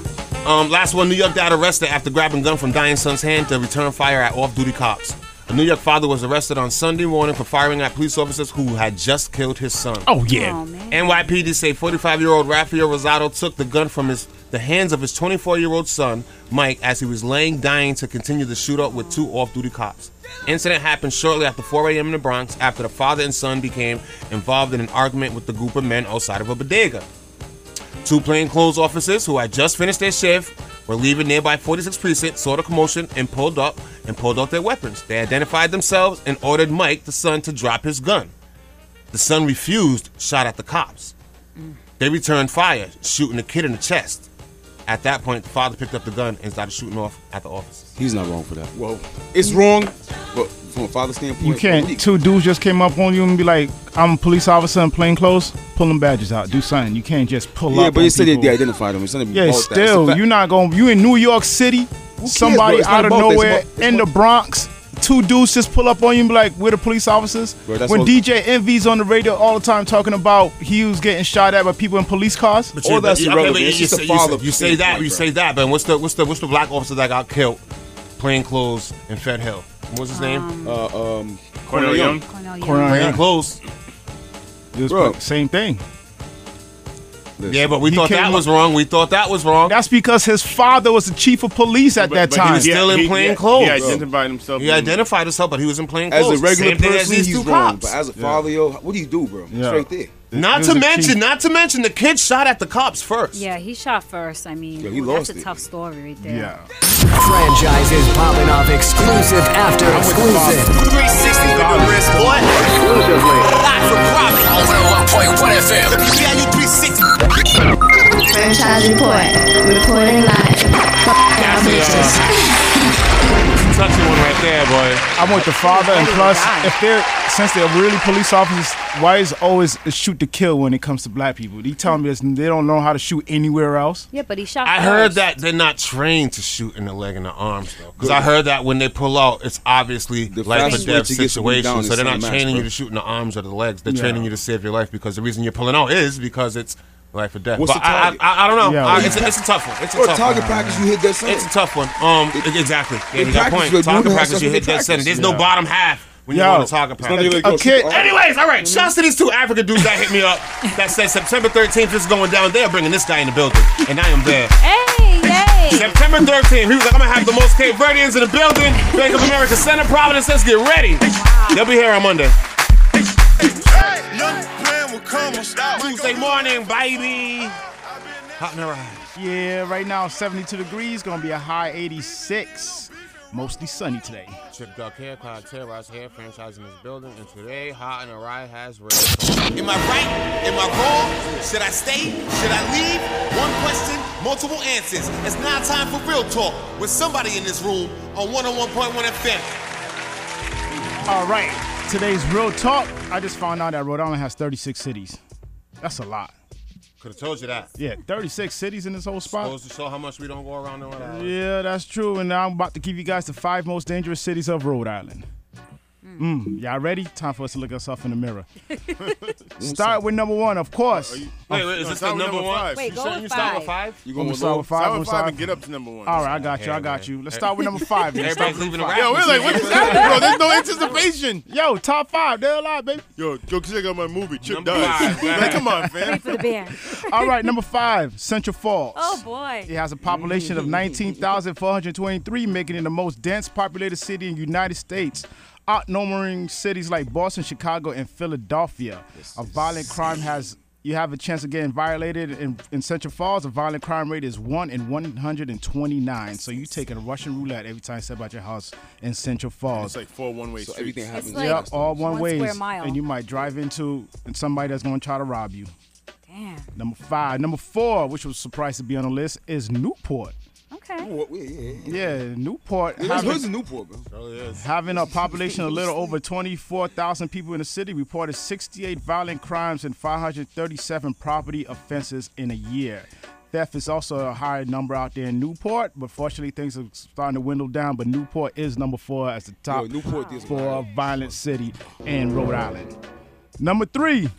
Um, last one, New York dad arrested after grabbing gun from dying son's hand to return fire at off-duty cops. A New York father was arrested on Sunday morning for firing at police officers who had just killed his son. Oh yeah. NYPD say 45-year-old Rafael Rosado took the gun from his the hands of his 24-year-old son Mike as he was laying dying to continue the shootout with two off-duty cops. Incident happened shortly after 4 a.m. in the Bronx after the father and son became involved in an argument with the group of men outside of a bodega. Two plainclothes officers who had just finished their shift were leaving nearby 46 precinct, saw the commotion, and pulled up and pulled out their weapons. They identified themselves and ordered Mike, the son, to drop his gun. The son refused, shot at the cops. They returned fire, shooting the kid in the chest. At that point, the father picked up the gun and started shooting off at the officers. He's not wrong for that. Whoa. It's wrong, but from a father's standpoint, You can't. Two dudes just came up on you and be like, "I'm a police officer in plain clothes. Pull them badges out. Do something. You can't just pull up." Yeah, but on they said they, people. they identified him. It's not even Yeah, about that. It's still, the fact- you're not going. to You in New York City, bro? somebody It's not out of about that. It's nowhere about- it's in the Bronx, two dudes just pull up on you and be like, "We're the police officers." Bro, that's when all- DJ Envy's on the radio all the time talking about he was getting shot at by people in police cars. But you- but you- okay, but you- you say- you say- You say that, you say that, but what's the what's the what's the black officer that got killed, plain clothes in Fed Hill? What was his name? Uh, um, Cornell Young. Cornell Cornell Plain Young. clothes. Bro, same thing. Yeah, but we He thought came that up- was wrong. We thought that was wrong. That's because his father was the chief of police at that but time. he was still in plain clothes. He identified himself. He identified himself, but he was in plain As clothes. a regular Same thing as person, these he's two wrong. cops. But as a father, yo, what do you do, bro? Yeah. It's right there. Not to mention, not to mention, the kid shot at the cops first. Yeah, he shot first. I mean, Yeah, he that's lost a it. tough story right there. Franchise is popping off exclusive after exclusive. 360 with the wrist, boy. Exclusively. Live for profit on 101.1 FM. BIU 360. Franchise report. Reporting live. Fuck y'all bitches. Touching one right there, boy. I want the father, and Oh, plus, God. if they're since they're really police officers, why is always a shoot to kill when it comes to black people? They telling me this, they don't know how to shoot anywhere else. Yeah, but he shot. I first. heard that they're not trained to shoot in the leg and the arms though, because I heard that when they pull out, it's obviously life fastest or way death to get somebody down situation. is So they're to not smash, training bro. you to shoot in the arms or the legs. They're No. training you to save your life because the reason you're pulling out is because it's life or death. What's but the I, target? I, I, I don't know. Yeah, I- what- it's, a, it's a tough one. It's a Or tough target one. practice, you hit that center. It's a tough one. Um, exactly. Yeah, in you got a practice, point. you're doing Target that practice, stuff you in hit that practice. center. There's no Yeah. bottom half. When you Yo, go on the target it's not even practice. like A those- kid- Anyways, all right. Shouts to these two African dudes that hit me up that said September 13th is going down. They're bringing this guy in the building, and I am there. [laughs] Hey, yay! September 13th, he was like, I'm gonna have the most Cape Verdeans in the building. Bank of America Center, Providence, let's get ready. They'll be here on Monday. Tuesday morning, baby. Hot in the ride. Yeah, right now 72 degrees, gonna be a high 86. Mostly sunny today. Chip Duck Hair, Cloud Terrorize Hair, franchising this building, and today, Hot in the Ride has raised. Am I right? Am I wrong? Should I stay? Should I leave? One question, multiple answers. It's now time for real talk with somebody in this room on 101.1 FM. All right, today's real talk. I just found out that Rhode Island has 36 cities. That's a lot. Could have told you that. Yeah, 36 cities in this whole spot. Goes to show how much we don't go around in Rhode Island. Yeah, that's true. And now I'm about to give you guys the five most dangerous cities of Rhode Island. Hmm. Mm, y'all ready? Time for us to look ourselves in the [laughs] mirror. Start with number one, of course. Wait, wait, is this the number one? Wait, you go sure with you start with five. five? You going with start with five? Start I'm with sorry. five and get up to number one. All right, I got you. I got you. Let's start [laughs] with number five. then. Everybody's Start with leaving the five. Yo, we're like, what is happening, bro? There's no anticipation. Yo, top five. They're alive, baby. [laughs] Yo, go check out my movie. Chip Number dies. five, man. Like, come on, fam. [laughs] for the [laughs] bear. All right, number five, Central Falls. Oh boy. It has a population of 19,423, making it the most dense populated city in the United States, outnumbering cities like Boston, Chicago, and Philadelphia. A violent crime has you have a chance of getting violated in, in Central Falls. A violent crime rate is one in 129. So you taking a Russian roulette every time you step out your house in Central Falls. Oh, It's like four one-way streets. everything It's happens. yeah, all one one ways, square mile. and you might drive into and somebody that's going to try to rob you. Damn. Number five. Number four, which was surprised to be on the list, is Newport. Okay. Yeah, Newport. There's hoods in Newport, bro. Having a population of [laughs] a little over 24,000 people in the city, reported 68 violent crimes and 537 property offenses in a year. Theft is also a higher number out there in Newport, but fortunately things are starting to window down. But Newport is number four as the top Yo, Newport is for a violent city in Rhode Island. Number three,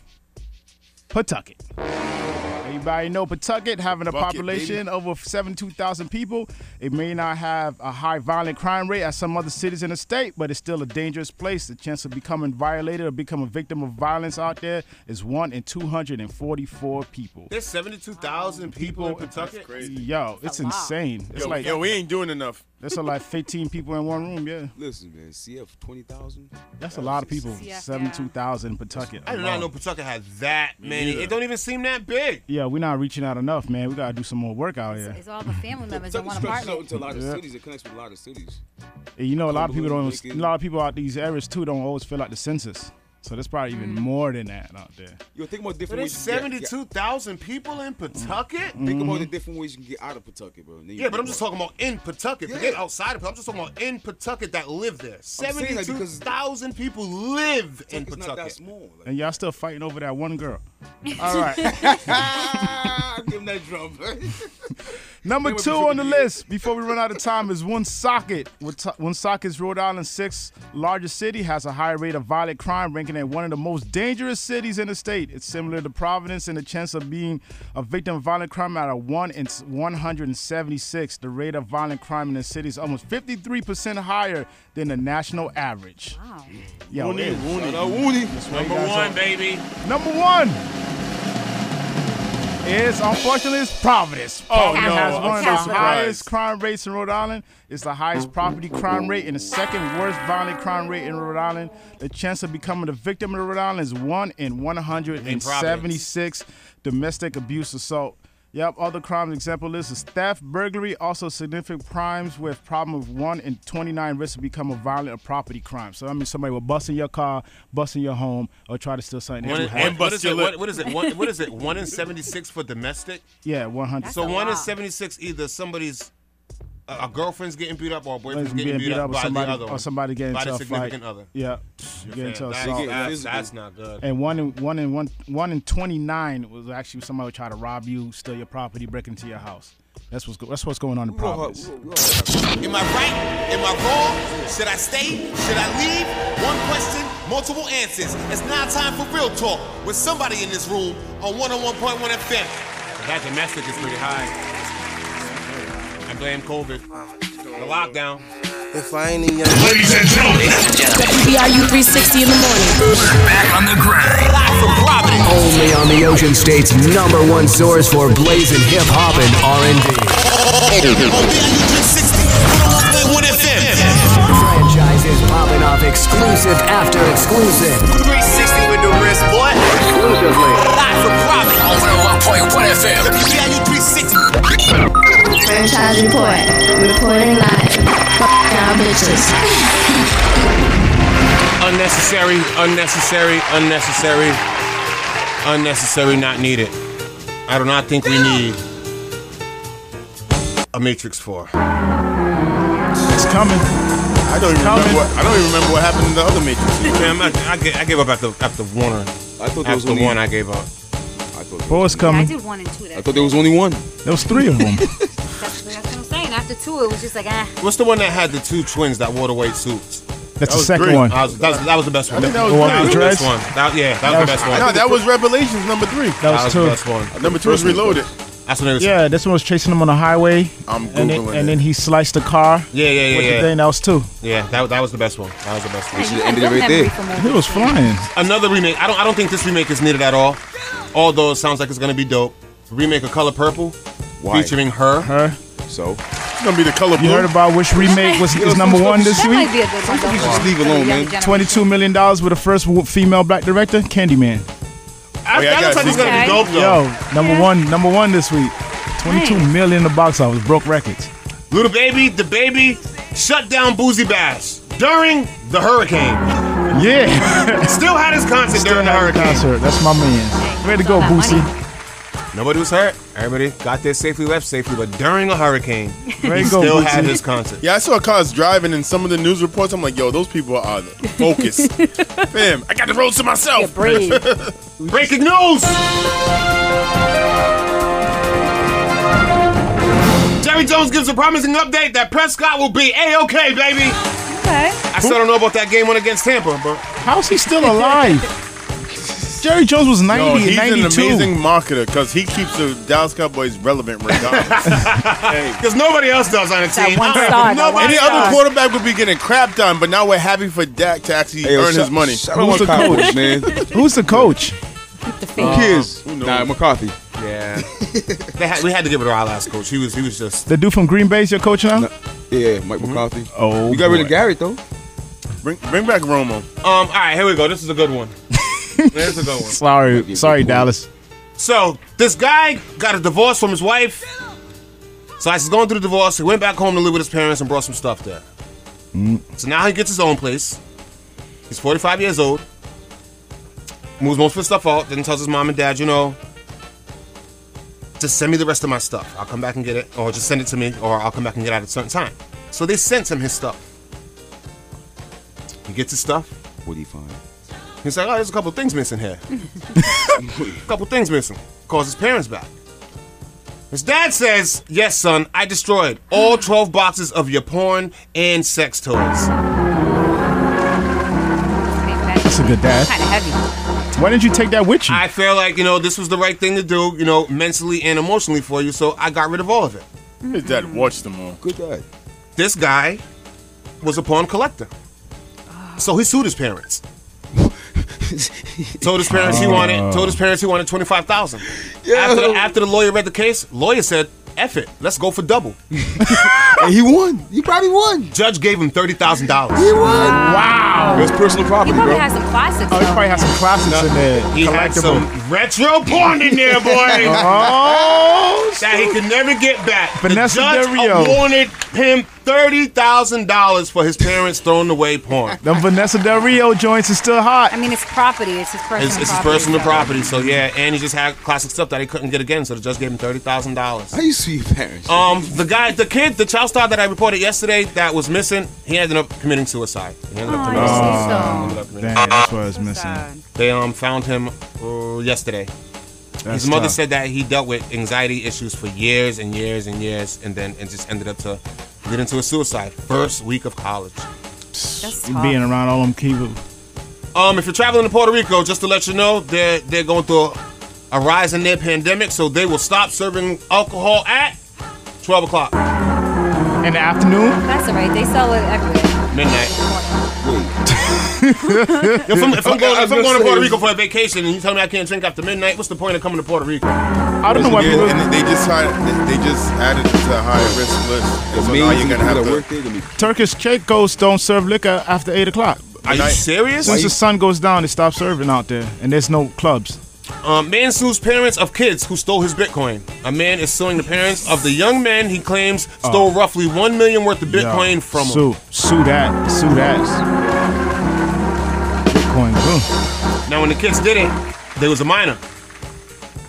Pawtucket. Everybody know Pawtucket having a Bucket, population baby. over 72,000 people. It may not have a high violent crime rate as some other cities in the state, but it's still a dangerous place. The chance of becoming violated or become a victim of violence out there is 1 in 244 people. There's 72,000 people in Pawtucket. Yo, it's insane. It's Yo, like yo, we ain't doing enough. that's a like 15 people in one room, yeah. Listen, man, CF 20,000. That's a lot of people. Yeah, yeah. 72,000 in Pawtucket. I do alone. not know Pawtucket has that many. neither. It don't even seem that big. Yeah, we're not reaching out enough, man. We gotta do some more work out here. It's all the family members in Kentucky one stretches out apartment. into a lot of Yeah. cities. It connects with a lot of cities. And you know, a lot of people Cumberland, don't. A Macon. lot of people out these areas too don't always fill out the census. So there's probably even Mm. more than that out there. Yo, think about But different there's ways. you can get- 72,000 people in Pawtucket? yeah, Think Mm-hmm. about the different ways you can get out of Pawtucket, bro. and then you Yeah, but can I'm just walk. talking about in Pawtucket. Forget outside of Pawtucket. I'm just talking about in Pawtucket that live there. saying that because- 72,000 people live in It's not that Pawtucket. small. Like, And y'all still fighting over that one girl. All right. I'll give him that drum. [laughs] Number They were two on the contributing to list before we run out of time is Woonsocket. Woonso- Woonsocket's Rhode Island's sixth largest city has a high rate of violent crime, ranking at one of the most dangerous cities in the state. It's similar to Providence in the chance of being a victim of violent crime at a one in s- 176. The rate of violent crime in the city is almost 53% higher than the national average. Wow. Yo, Woony, it- woony. Number one, baby. Number one is unfortunately it's Providence. Oh no, has I'm one of so the surprised. highest crime rates in Rhode Island. It's the highest property crime rate and the second worst violent crime rate in Rhode Island. The chance of becoming the victim of Rhode Island is one in 176 domestic abuse assault. Yep, other crime example list is theft, burglary, also significant crimes with problem of one in 29 risks to become a violent or property crime. So, I mean, somebody will bust in your car, bust in your home, or try to steal something. that One you in- have. one- what, is your it, lip. what, what is it? One, what is it? One in 76 for domestic? Yeah, 100. so a one lot. in 76 either somebody's uh, a a girlfriend's getting beat up or a boyfriend's Being getting beat, up, or by somebody, the other one. or somebody getting by into the a significant fight. other. Yeah, Yeah, getting into a that's- assault. that's- that's not good. And one in one in one one in twenty nine was actually somebody would try to rob you, steal your property, break into your house. That's what's go- that's what's going on in Providence. Am I right? Am I wrong? Should I stay? Should I leave? One question, multiple answers. It's now time for real talk with somebody in this room on 101.1 FM. That domestic is pretty high. I blame COVID. The lockdown. If I ain't in your Ladies and gentlemen, WBRU 360 in the morning. back on the grind. Only on the Ocean State's number one source for blazing hip hop and R&B. Franchise is popping off exclusive after exclusive. 360 with the wrist, boy. Exclusively. Live for profit. On 101.1 FM. WBIU 360. Franchise report. Reporting live. Fuck y'all bitches. Unnecessary, unnecessary, unnecessary, unnecessary, not needed. I do not think we need a Matrix 4. It's coming. I don't even remember. What, I don't even remember what happened in the other Matrix. Man, I, I, gave, I gave up after, after Warner. I thought there was after only- one, I gave up. I thought Four is Yeah, I coming. did one and two. That I thought there was only one. There was three of them. that's what I'm saying. After two, it was just like, ah. What's the one that had the two twins that wore the white suits? That's That the was second great. one. That was, that, was, that was the best one. think that was that was the three. best one. That, yeah, that, was the best one. Uh, No, that was Revelations number three. That was two. the best one. Number two is Reloaded. That's what they was. yeah, this one was chasing him on the highway. I'm and then, Googling and it. then he sliced the car. Yeah, yeah, yeah, With yeah. The thing that was two. Yeah, that, that was the best one. That was the best one. Yeah, you Should've had ended it good right memory there. for movies, He was yeah. flying. Another remake. I don't. I don't think this remake is needed at all. Although it sounds like it's gonna be dope. Remake of Color Purple, Why? featuring her. Her. So It's gonna be the color You blue. heard about which remake was is number one this that week? might be a good one, though. Just leave alone, man. Twenty-two million dollars with the first w- female black director, Candyman. Oh, I, that looks like it's gonna be dope though. Yo, number one, number one this week. Twenty-two million in the box office, broke records. Little baby, the baby, shut down Boozy Bass during the hurricane. [laughs] Yeah. Still had his concert during the hurricane. Concert, that's my man. Ready to go, Boosie. Nobody was hurt. Everybody got there safely, left safely, but during a hurricane, he go, still had Bootsy. his concert. Yeah, I saw cars driving in some of the news reports. I'm like, yo, those people are focused. Fam, I got the roads to myself. breathe. Breaking news! Jerry Jones gives a promising update that Prescott will be A-OK, baby. Okay. I still don't know about that game one against Tampa, but How's he still alive? Jerry Jones was No, 90 he's and an 92. amazing marketer because he keeps the Dallas Cowboys relevant regardless. Because nobody else does on a That team. one star, that one Any star. other quarterback would be getting crap done, but now we're happy for Dak to actually Hey, yo, earn shout- his money. shout out Who's to the Cowboys, coach? man. Who's the coach? [laughs] Who cares? Nah, McCarthy. Yeah. they had, we had to give it to our last coach. He was he was just The dude from Green Bay is your coach now? Yeah, Mike McCarthy. Oh, you got rid of boy. Garrett though. Bring, bring back Romo. um. All right, here we go. This is a [laughs] good one. This is a good one. Sorry, sorry, Dallas. So this guy got a divorce from his wife. So as he's going through the divorce, he went back home to live with his parents and brought some stuff there. Mm. So now he gets his own place. He's 45 years old. Moves most of his stuff out. Then tells his mom and dad, you know, just send me the rest of my stuff. I'll come back and get it, or just send it to me, or I'll come back and get it at a certain time. So they sent him his stuff. He gets his stuff. What do you find? He's like, oh, there's a couple things missing here. a couple things missing. Calls his parents back. His dad says, yes, son, I destroyed all 12 boxes of your porn and sex toys. That's a good dad. heavy. Why didn't you take that with you? I feel like, you know, this was the right thing to do, you know, mentally and emotionally for you, so I got rid of all of it. His dad watched them all. Good dad. This guy was a porn collector. So he sued his parents. told his parents he wanted Oh. told his parents he wanted twenty five thousand. After, the- after the lawyer read the case, lawyer said, "F it, let's go for double." [laughs] and he won. He probably won. Judge gave him thirty thousand dollars. He won. Wow. That's personal You property, probably bro. had some classics. Oh, he though. probably has some classics in there. He had some retro porn [laughs] in there, boy. Uh-huh. Oh, that he could never get back. Vanessa the judge Del Rio. awarded him $30,000 for his parents throwing away porn. Them Vanessa Del Rio joints is still hot. I mean, it's property. It's his personal It's, it's his property. personal so- property, so yeah, and he just had classic stuff that he couldn't get again, so they just gave him thirty thousand dollars. How you see your parents? Um, the guy, the kid, the child star that I reported yesterday that was missing, he ended up committing suicide. He Oh, ended up committing suicide. Ended up Oh, committing- dang, that's what I was missing. They um found him uh, yesterday. That's His mother tough. said that he dealt with anxiety issues for years and years and years, and then it just ended up to leading to a suicide. First week of college. Being around all them kibu. Um, if you're traveling to Puerto Rico, just to let you know, they're they're going through a, a rise in their pandemic, so they will stop serving alcohol at 12 o'clock In the afternoon? That's all right. They sell it everywhere. midnight. If I'm, if I'm going, if [laughs] I'm going to Puerto Rico for a vacation and you tell me I can't drink after midnight, what's the point of coming to Puerto Rico? I don't know why people. And they just had, they they just added it to the high risk list. And so now you're gonna have to work Turkish Caicos don't serve liquor after 8 o'clock. Are you serious? Since the sun goes down, they stop serving out there, and there's no clubs. Um, man sues parents of kids who stole his Bitcoin. A man is suing the parents of the young man he claims stole roughly one million worth of Bitcoin Yo, from sue, him. Sue that. Sue that. Bitcoin. boom. Now, when the kids did it, they was a minor,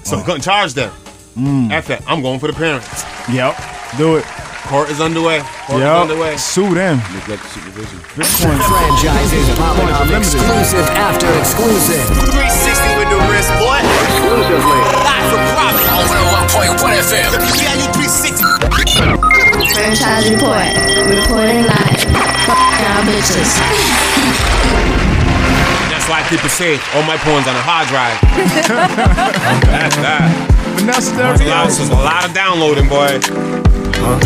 so he couldn't charge them. Mm. After that, I'm going for the parents. Yep. Do it. Court is underway. Court is underway. Yep. Sue them. Bitcoin. Franchises popping off Limited. exclusive after exclusive. 360 with the wrist, boy. Exclusively. Live for profit. Over 101.1 FM. WBIU 360. Franchise report. Reporting live. Fuck y'all bitches. That's why I keep it safe. All my porn's on a hard drive. That's that. Vanessa Del That's Rio. a lot, that's a lot of downloading, boy.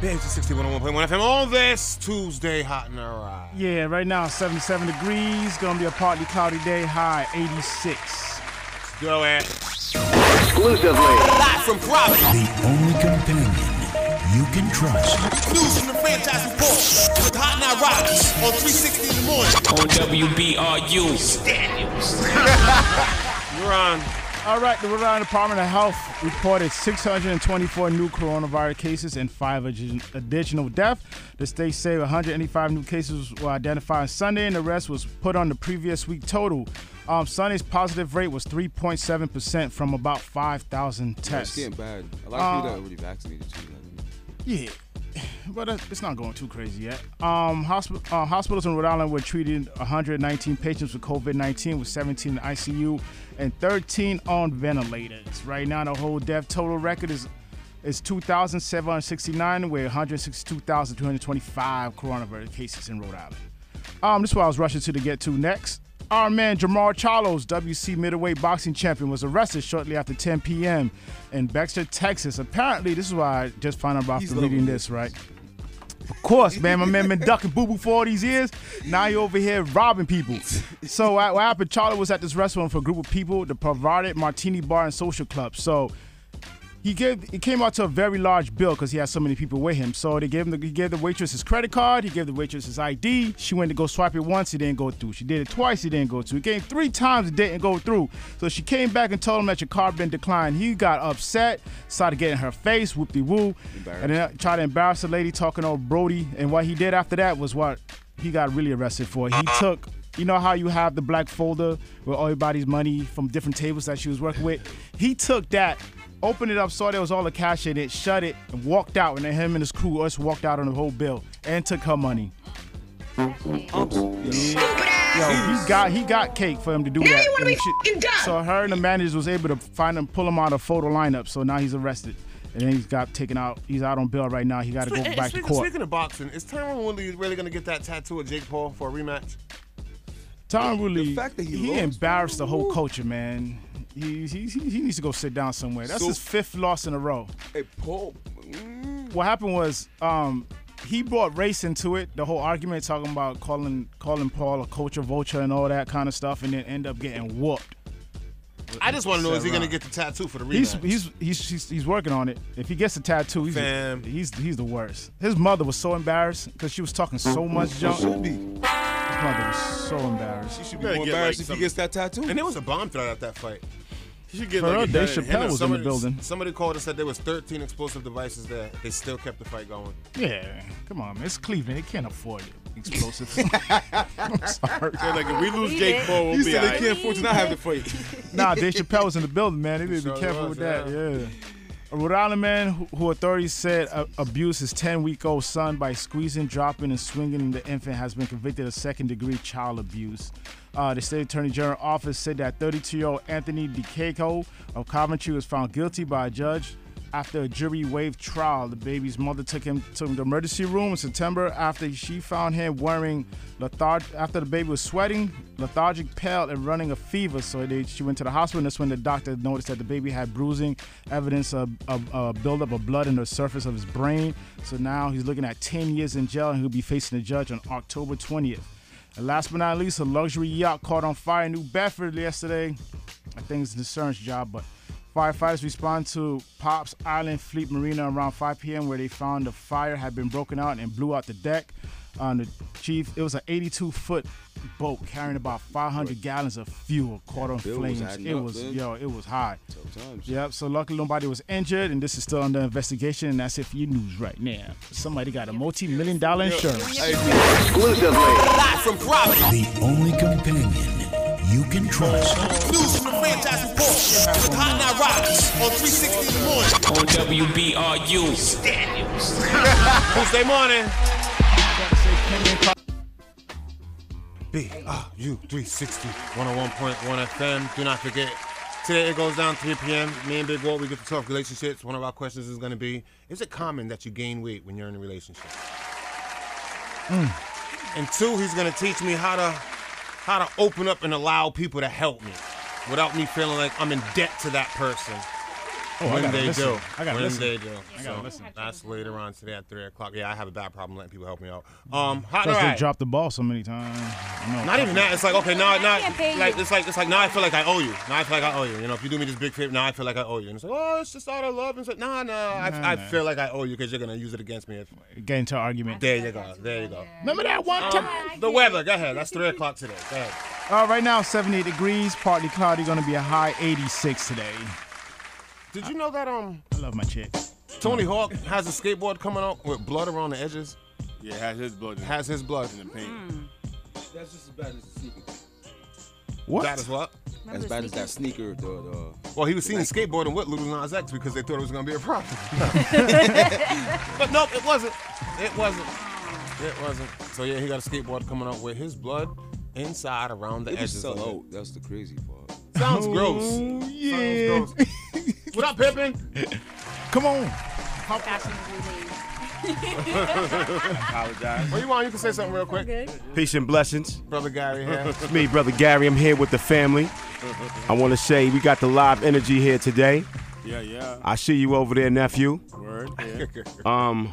Babe, it's 6101.1 FM. All this Tuesday, hot and alright. Yeah, right now 77 degrees. Gonna be a partly cloudy day. High 86. Let's go at. Live from Providence. The only companion you can trust. News from the franchise report with Hot and Rock on 360 in the morning. On WBRU. We're on. All right, the Rhode Island Department of Health reported 624 new coronavirus cases and five addi- additional deaths. The state said 185 new cases were identified on Sunday, and the rest was put on the previous week total. Um, Sunday's positive rate was 3.7% from about 5,000 It's tests. getting bad. A lot of people Uh, that are already vaccinated too. Yeah, but it- it's not going too crazy yet. Um, hospi- uh, hospitals in Rhode Island were treating 119 patients with COVID-19, with 17 in ICU and 13 on ventilators. Right now, the whole death total record is is 2,769, with 162,225 coronavirus cases in Rhode Island. Um, this is what I was rushing to to get to next. Our man Jamar Charlos, WC middleweight boxing champion, was arrested shortly after 10 p.m. in Baxter, Texas. Apparently, this is why I just found out about after reading this, right? Of course, man. My man been ducking boo boo for all these years. Now you over here robbing people. So what what happened? Charlie was at this restaurant for a group of people, the Provided Martini Bar and Social Club. So he gave it came out to a very large bill because he had so many people with him. So they gave him the, he gave the waitress his credit card. He gave the waitress his ID. She went to go swipe it once. It didn't go through. She did it twice. It didn't go through. It came three times. It didn't go through. So she came back and told him that your card been declined. He got upset. Started getting her face. Whoop de woo. And then tried to embarrass the lady talking on Brody. And what he did after that was what he got really arrested for. He took. You know how you have the black folder with everybody's money from different tables that she was working with? He took that opened it up, saw there was all the cash in it, shut it, and walked out. And then him and his crew us walked out on the whole bill and took her money. Yo, he got he got cake for him to do Now that. you wanna and be shit. f***ing dumb. So her and the manager was able to find him, pull him out of photo lineup. So now he's arrested, and then he's got taken out. He's out on bail right now. He got to go Hey, back to speaking, court. speaking of boxing, is Tyron Woodley really going to get that tattoo of Jake Paul for a rematch? Tom really he he, lost- embarrassed the whole culture, man. He, he, he he needs to go sit down somewhere. That's So- his fifth loss in a row. Hey, Paul. what happened was um, he brought race into it. The whole argument talking about calling calling Paul a culture vulture and all that kind of stuff, and then end up getting whooped. I just want to know is he Sarah. going to get the tattoo for the rematch? He's, he's he's he's he's working on it. If he gets a tattoo, he's he's he's the worst. His mother was so embarrassed because she was talking so much junk. She should be. His mother was so embarrassed. She should be more embarrassed if he gets that tattoo. And there was a bomb threat at that fight. You should get For real, like a Dave Janet Chappelle Henner. was in the Somebody- building. Somebody called and said there was 13 explosive devices there. They still kept the fight going. Yeah, come on, man. It's Cleveland. They can't afford it. Explosives. [laughs] They're like, if we lose Leave Jake it. Paul, we'll You be said all they right. can't afford to not have the fight. nah, Dave Chappelle was in the building, man. They need to Sure be careful was, with that. Yeah. A Rhode Island man who, who authorities said uh, abused his 10 week old son by squeezing, dropping, and swinging the infant has been convicted of second degree child abuse. Uh, the state attorney general office said that 32 year old Anthony DiCaco of Coventry was found guilty by a judge after a jury waived trial. The baby's mother took him to the emergency room in September after she found him wearing lethargic. After the baby was sweating, lethargic, pale, and running a fever, so they, she went to the hospital. And that's when the doctor noticed that the baby had bruising, evidence of, of uh, buildup of blood in the surface of his brain. So now he's looking at 10 years in jail, and he'll be facing the judge on October 20th. And last but not least, a luxury yacht caught on fire in New Bedford yesterday. I think it's an insurance job, but firefighters respond to Pops Island Fleet Marina around 5 p.m., where they found the fire had been broken out and blew out the deck. On the chief, it was an 82-foot boat carrying about 500 gallons of fuel caught on bill was flames. adding it up, was man. yo, it was hot. Sometimes. Yep. So luckily nobody was injured, and this is still under investigation. And that's it for your news right now. Somebody got a multi-million dollar insurance. Live from Providence. The only companion you can trust. News from the franchise report. With Hot Night Rock on 360 in the morning. On WBRU. Daniels. Tuesday morning. BRU 360 101.1 FM. Do not forget, today it goes down 3 p.m. Me and Big Walt, we get to talk relationships. One of our questions is going to be Is it common that you gain weight when you're in a relationship? And two, he's going to teach me how to how to open up and allow people to help me without me feeling like I'm in debt to that person. Oh, I when gotta they listen. do. I gotta when listen. they do. I gotta listen. That's later on today at 3 o'clock. Yeah, I have a bad problem letting people help me out. Um, hot Because ride. they dropped the ball so many times. I know. Not even that. It's like okay, now, now, can't pay like you. it's like it's like now I feel like I owe you. Now I feel like I owe you. You know, if you do me this big favor, now I feel like I owe you. And it's like, oh, it's just out of love. And it's like, nah, nah, I, Nah, I nah. feel like I owe you because you're gonna use it against me. If, Get into an argument. there you go. There you go. Remember that one Um, time? the weather. Go ahead. That's three o'clock today. Go ahead. Uh, right now, 78 degrees, partly cloudy, going to be a high 86 today. Did you know that um I love my chick. Tony Hawk has a skateboard coming out with blood around the edges? Yeah, has his blood. Has his blood in the paint. Hmm. That's just as bad as the sneaker. What? That is what? As bad as that sneaker. The, the, Well, he was seen skateboarding with Lil Nas X because they thought it was gonna be a problem. but nope, it wasn't. It wasn't. It wasn't. So yeah, he got a skateboard coming up with his blood inside around the It was edges. sell of it. out. That's the crazy part. Sounds gross. Yeah. Sounds gross. what up, Pippin? Come on. Apologize. Well, you want? You can say something real quick. Peace and blessings. Brother Gary here. It's me, Brother Gary. I'm here with the family. I want to say we got the live energy here today. Yeah, yeah. I see you over there, nephew. Word. Yeah. Um,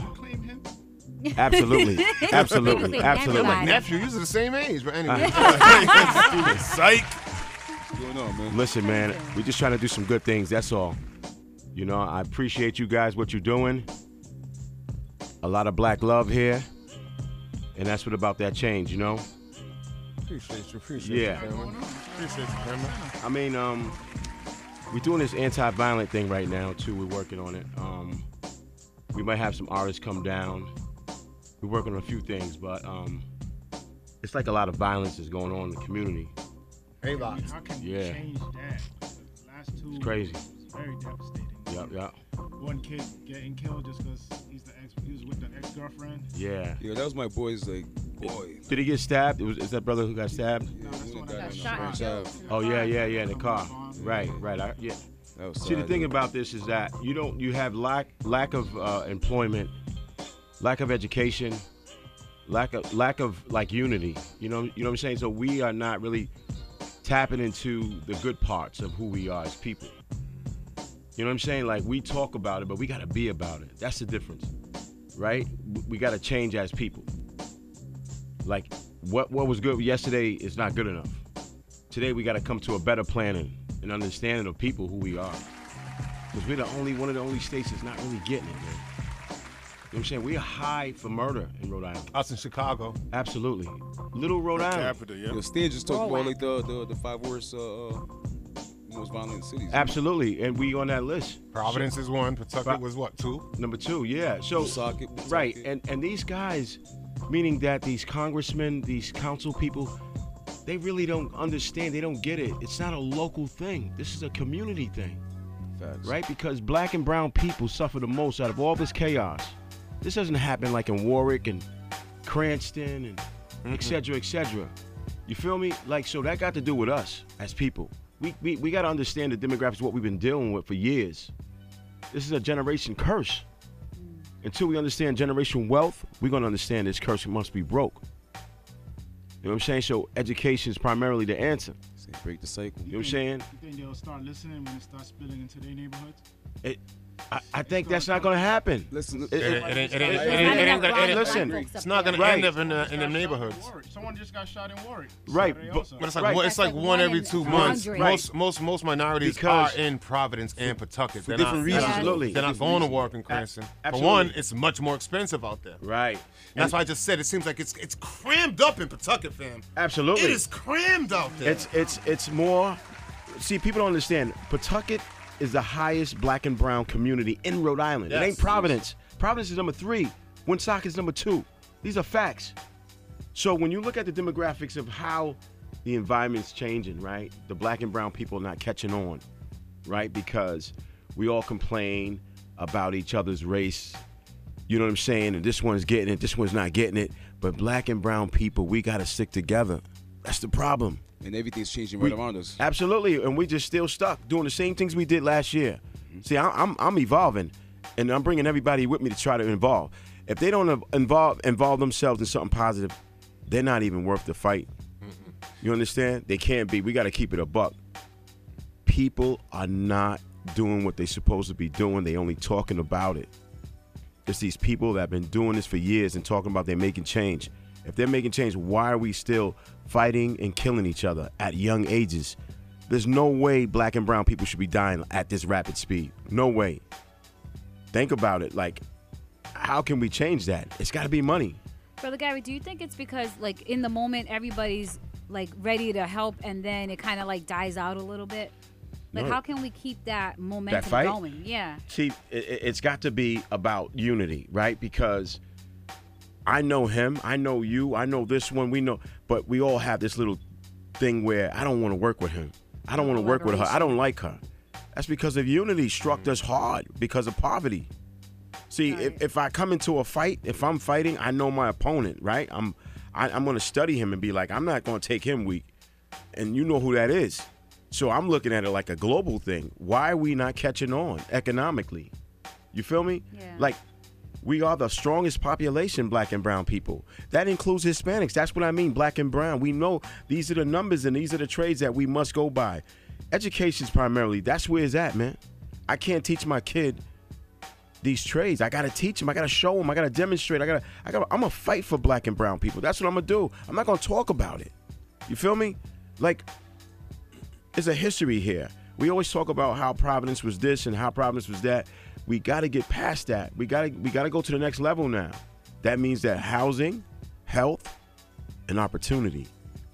[laughs] absolutely, absolutely, absolutely. Like nephew, you're the same age, but anyway. Psych. Listen, man, we're just trying to do some good things. That's all. You know, I appreciate you guys what you're doing. A lot of black love here, and that's what about that change. You know, Appreciate you. Appreciate Yeah. you, family. Appreciate you, family. I mean, um, we're doing this anti-violent thing right now too. We're working on it. Um, we might have some artists come down. We're working on a few things, but um, it's like a lot of violence is going on in the community. Hey, Box. How can you Yeah. change that? Last two It's crazy. very devastating. Yep, yep. One kid getting killed just because he's the ex. He was with the ex-girlfriend. Yeah. Yeah, that was my boy's like boy. Did he get stabbed? It was, is that brother who got stabbed? Oh yeah, yeah, yeah, in the car. Right, right. I, yeah. was See, the sad, thing though. about this is that you don't you have lack lack of uh, employment, lack of education, lack of lack of like unity. You know, you know what I'm saying. So we are not really tapping into the good parts of who we are as people. You know what I'm saying? Like we talk about it, but we gotta be about it. That's the difference, right? W- We gotta change as people. Like what what was good yesterday is not good enough. Today we gotta come to a better planning and understanding of people who we are. Cause we're the only one of the only states that's not really getting it, man. You know what I'm saying? We are high for murder in Rhode Island. Us in Chicago. Absolutely. Little Rhode Island. Yo, Stan just talked about like the the, the five worst uh, uh, most violent cities. Ah. Absolutely, and we on that list. Providence is one. Pawtucket was what two? Number two, yeah. So right, and and these guys, meaning that these congressmen, these council people, they really don't understand. They don't get it. It's not a local thing. This is a community thing, right? Because black and brown people suffer the most out of all this chaos. This doesn't happen like in Warwick and Cranston and et cetera, et cetera. You feel me? Like, so that got to do with us as people. We, we, we got to understand the demographics, what we've been dealing with for years. This is a generation curse. Until we understand generation wealth, we're going to understand this curse must be broke. You know what I'm saying? So education is primarily the answer. break the cycle. You know what I'm saying? You think they'll start listening when it starts spilling into their neighborhoods? It, I, I think that's not going to happen. Listen, eh, It, it, it, it, it, it, it, it ain't gonna, it, listen, it's not gonna end up in the in the neighborhoods. Someone just got shot in Warwick. Right, Saturday but, also. but it's like one, it's like one every two months. Most most most minorities Because- are in Providence and Pawtucket. For They're different not, reasons. They're not, Absolutely. they're not Different going to reasons. work in Cranston. A- For one, absolutely. it's much more expensive out there. Right. And that's why I just said it seems like it's it's crammed up in Pawtucket, fam. Absolutely. It is crammed out there. It's it's it's more. See, people don't understand. Pawtucket is the highest black and brown community in Rhode Island. Yes. It ain't Providence. Providence is number three. Woonsock is number two. These are facts. So when you look at the demographics of how the environment's changing, right? The black and brown people are not catching on, right? Because we all complain about each other's race. You know what I'm saying? And this one's getting it, this one's not getting it. But black and brown people, we gotta stick together. That's the problem. And everything's changing right We- around Ah. us. Absolutely, and we just still stuck doing the same things we did last year. Mm-hmm. See, I, I'm I'm evolving, and I'm bringing everybody with me to try to involve. If they don't involve involve themselves in something positive, they're not even worth the fight. Mm-hmm. You understand? They can't be. We got to keep it a buck. People are not doing what they're supposed to be doing. They only talking about it. It's these people that have been doing this for years and talking about they're making change. If they're making change, why are we still fighting and killing each other at young ages? There's no way black and brown people should be dying at this rapid speed. No way. Think about it. Like, how can we change that? It's got to be money. Brother Gary, do you think it's because like in the moment everybody's like ready to help and then it kind of like dies out a little bit? Like No. how can we keep that momentum fight? going? Yeah. See, it, it- it's got to be about unity, right? Because I know him, I know you, I know this one, we know, but we all have this little thing where I don't want to work with him. I don't want to work with her. I don't like her. That's because of unity struck us hard because of poverty. See, if, if I come into a fight, if I'm fighting, I know my opponent, right? I'm I, I'm gonna study him and be like, I'm not gonna take him weak. And you know who that is. So I'm looking at it like a global thing. Why are we not catching on economically? You feel me? Yeah. Like we are the strongest population, black and brown people. That includes Hispanics. That's what I mean, black and brown. We know these are the numbers and these are the trades that we must go by. Education's primarily, that's where it's at, man. I can't teach my kid these trades. I gotta teach them. I gotta show them. I gotta demonstrate. I gotta. I gotta. I'm gonna fight for black and brown people. That's what I'm gonna do. I'm not gonna talk about it. You feel me? Like, it's a history here. We always talk about how Providence was this and how Providence was that. We gotta get past that. We gotta. We gotta go to the next level now. That means that housing, health, and opportunity,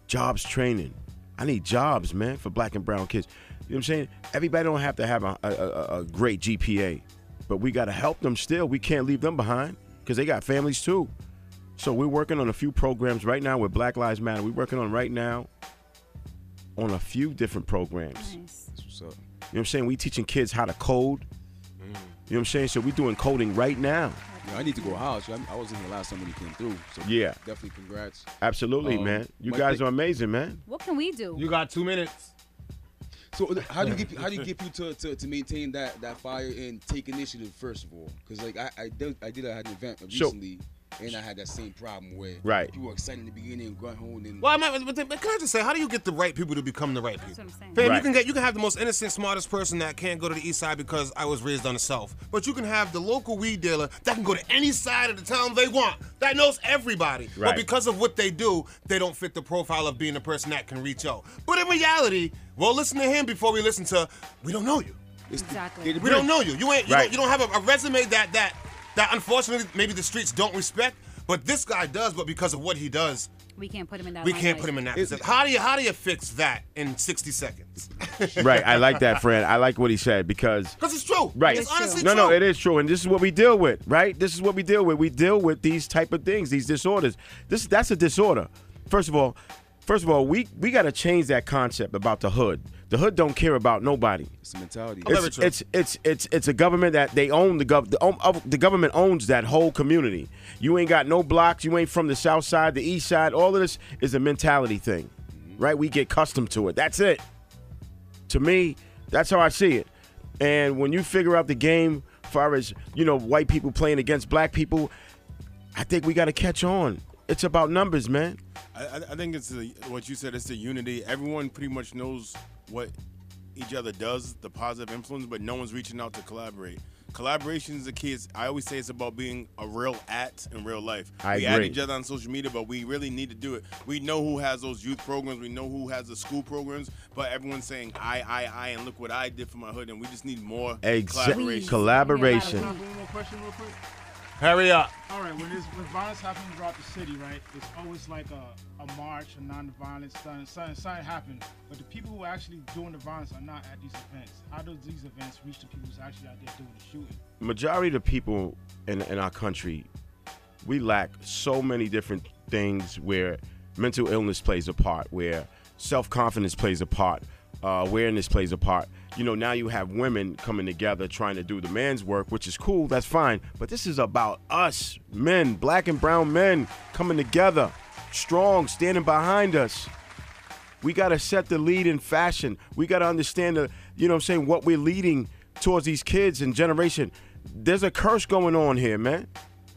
jobs, training. I need jobs, man, for black and brown kids. You know what I'm saying? Everybody don't have to have a, a, a, a great GPA, but we got to help them still. We can't leave them behind because they got families too. So we're working on a few programs right now with Black Lives Matter. We're working on right now on a few different programs. You know what I'm saying? We teaching kids how to code. You know what I'm saying? So we're doing coding right now. Yo, I need to go house. I, I wasn't here last time when he came through. So Yeah. definitely congrats. Absolutely, Um, man. You my guys thing- are amazing, man. What can we do? You got two minutes. So uh, how do you get how do you get people to, to, to maintain that, that fire and take initiative first of all? Because like I I did, I did I had an event So- recently and I had that same problem where Right. people were excited in the beginning and grunt home and Well, I'm not, but, but can I just say, how do you get the right people to become the right people? Fam, you Right. can get you can have the most innocent, smartest person that can't go to the east side because I was raised on the south. But you can have the local weed dealer that can go to any side of the town they want, that knows everybody. But Right. because of what they do, they don't fit the profile of being the person that can reach out. But in reality, we'll listen to him before we listen to we don't know you. Exactly. We don't know you. You ain't. You, Right. don't, you don't have a, a resume that that that unfortunately maybe the streets don't respect. But this guy does. But because of what he does, We can't put him in that. We can't put him in limelight. that position. How do you how do you fix that in 60 seconds? [laughs] [laughs] right. I like that, Fran. I like what he said because Because it's true. Right. It's honestly no, true. no, it is true, and this is what we deal with, right? This is what we deal with. We deal with these type of things, these disorders. This that's a disorder. First of all, first of all, we we got to change that concept about the hood. The hood don't care about nobody. It's the mentality. It's, it's it's it's it's a government that they own the gov the, own- of- the government owns that whole community. You ain't got no blocks. You ain't from the south side, the east side. All of this is a mentality thing, right? We get accustomed to it. That's it. To me, that's how I see it. And when you figure out the game, far as you know, white people playing against black people, I think we got to catch on. It's about numbers, man. I, I- I think it's the, what you said. It's the unity. Everyone pretty much knows what each other does, the positive influence, but no one's reaching out to collaborate. Collaboration is the key. It's, I always say it's about being a real at in real life. I we agree. at each other on social media, but we really need to do it. We know who has those youth programs. We know who has the school programs, but everyone's saying I, I, I, and look what I did for my hood, and we just need more Exactly. collaboration. Collaboration. Hurry up. All right, when, this, when violence happens throughout the city, right, it's always like a, a march, a non-violence, something, something, something happens. But the people who are actually doing the violence are not at these events. How do these events reach the people who's actually out there doing the shooting? majority of the people in, in our country, we lack so many different things where mental illness plays a part, where self confidence plays a part, uh, awareness plays a part. You know, now you have women coming together trying to do the man's work, which is cool, that's fine. But this is about us, men, black and brown men, coming together, strong, standing behind us. We got to set the lead in fashion. We got to understand the, you know what I'm saying, what we're leading towards these kids and generation. There's a curse going on here, man.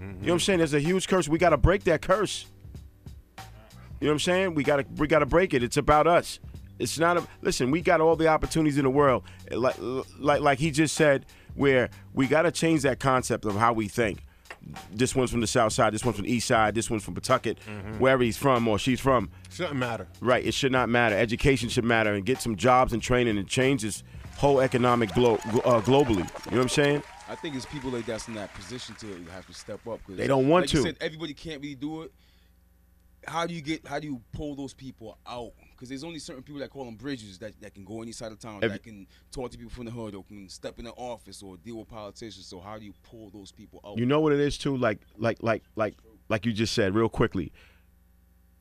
You know what I'm saying? There's a huge curse. We got to break that curse. You know what I'm saying? We got to we got to break it. It's about us. It's not a listen, we got all the opportunities in the world. Like like like he just said where we got to change that concept of how we think. This one's from the south side, this one's from the east side, this one's from Pawtucket, Mhm. wherever he's from or she's from. Shouldn't matter. Right. It should not matter. Education should matter and get some jobs and training and change this whole economic glo- uh, globally. You know what I'm saying? I think it's people like that's in that position to have to step up. 'cause They don't want like you to. said, everybody can't really do it. How do you get? How do you pull those people out? Because there's only certain people that call them bridges that, that can go any side of town, Every- that can talk to people from the hood, or can step in the office, or deal with politicians. So how do you pull those people out? You know what it is too? Like like like like like you just said real quickly.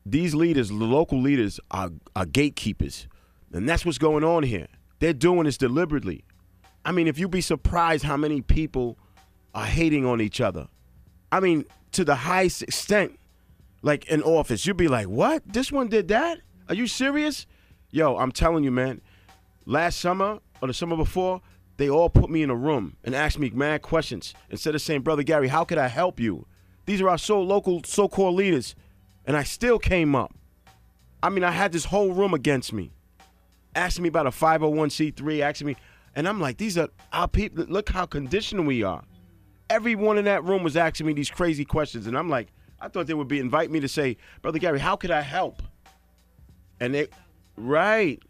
These leaders, the local leaders are are gatekeepers. And that's what's going on here. They're doing this deliberately. I mean, if you'd be surprised how many people are hating on each other. I mean, to the highest extent, like in office, you'd be like, what? This one did that? Are you serious? Yo, I'm telling you, man, last summer or the summer before, they all put me in a room and asked me mad questions instead of saying, Brother Gary, how could I help you? These are our so local, so called leaders. And I still came up. I mean, I had this whole room against me asking me about a 501c3, asking me, and I'm like, these are our people. Look how conditioned we are. Everyone in that room was asking me these crazy questions, and I'm like, I thought they would be invite me to say, brother Gary, how could I help? And they, right.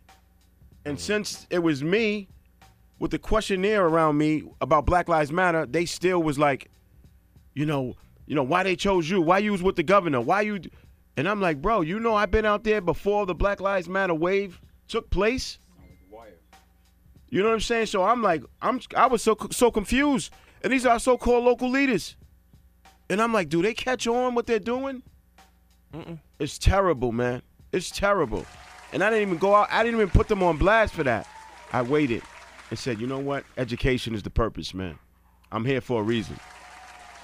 And since it was me, with the questionnaire around me about Black Lives Matter, they still was like, you know, you know why they chose you? Why you was with the governor? Why you? d-" And I'm like, bro, you know I've been out there before the Black Lives Matter wave took place. You know what I'm saying? So I'm like, I'm I was so so confused. And these are so-called local leaders. And I'm like, do they catch on what they're doing? It's terrible, man. It's terrible. And I didn't even go out. I didn't even put them on blast for that. I waited and said, you know what? Education is the purpose, man. I'm here for a reason.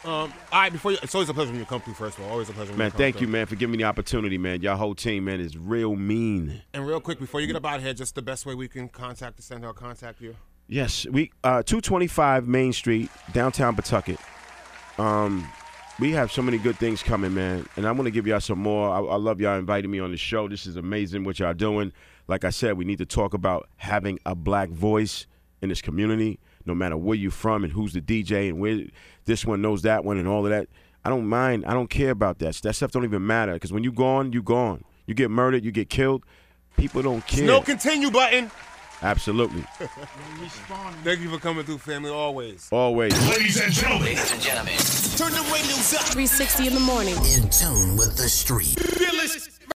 Um, all right, before you, it's always a pleasure when you come through. First of all, always a pleasure. When Man, you come thank through. you, man, for giving me the opportunity, man. Your whole team, man, is real mean. And real quick, before you get up out of here, just the best way we can contact, send or contact you. Yes, we uh 225 Main Street, downtown Pawtucket. Um we have so many good things coming, man. And I want to give y'all some more. I, I love y'all inviting me on the show. This is amazing what y'all doing. Like I said, we need to talk about having a black voice in this community, no matter where you're from and who's the DJ and where this one knows that one and all of that. I don't mind. I don't care about that. That stuff don't even matter. Because when you gone, you gone. You get murdered, you get killed. People don't care. No continue button. Absolutely. [laughs] Thank you for coming through, family, always. Always. Ladies and gentlemen. Ladies and gentlemen. Turn the radios up. 360 in the morning. In tune with the street. Fearless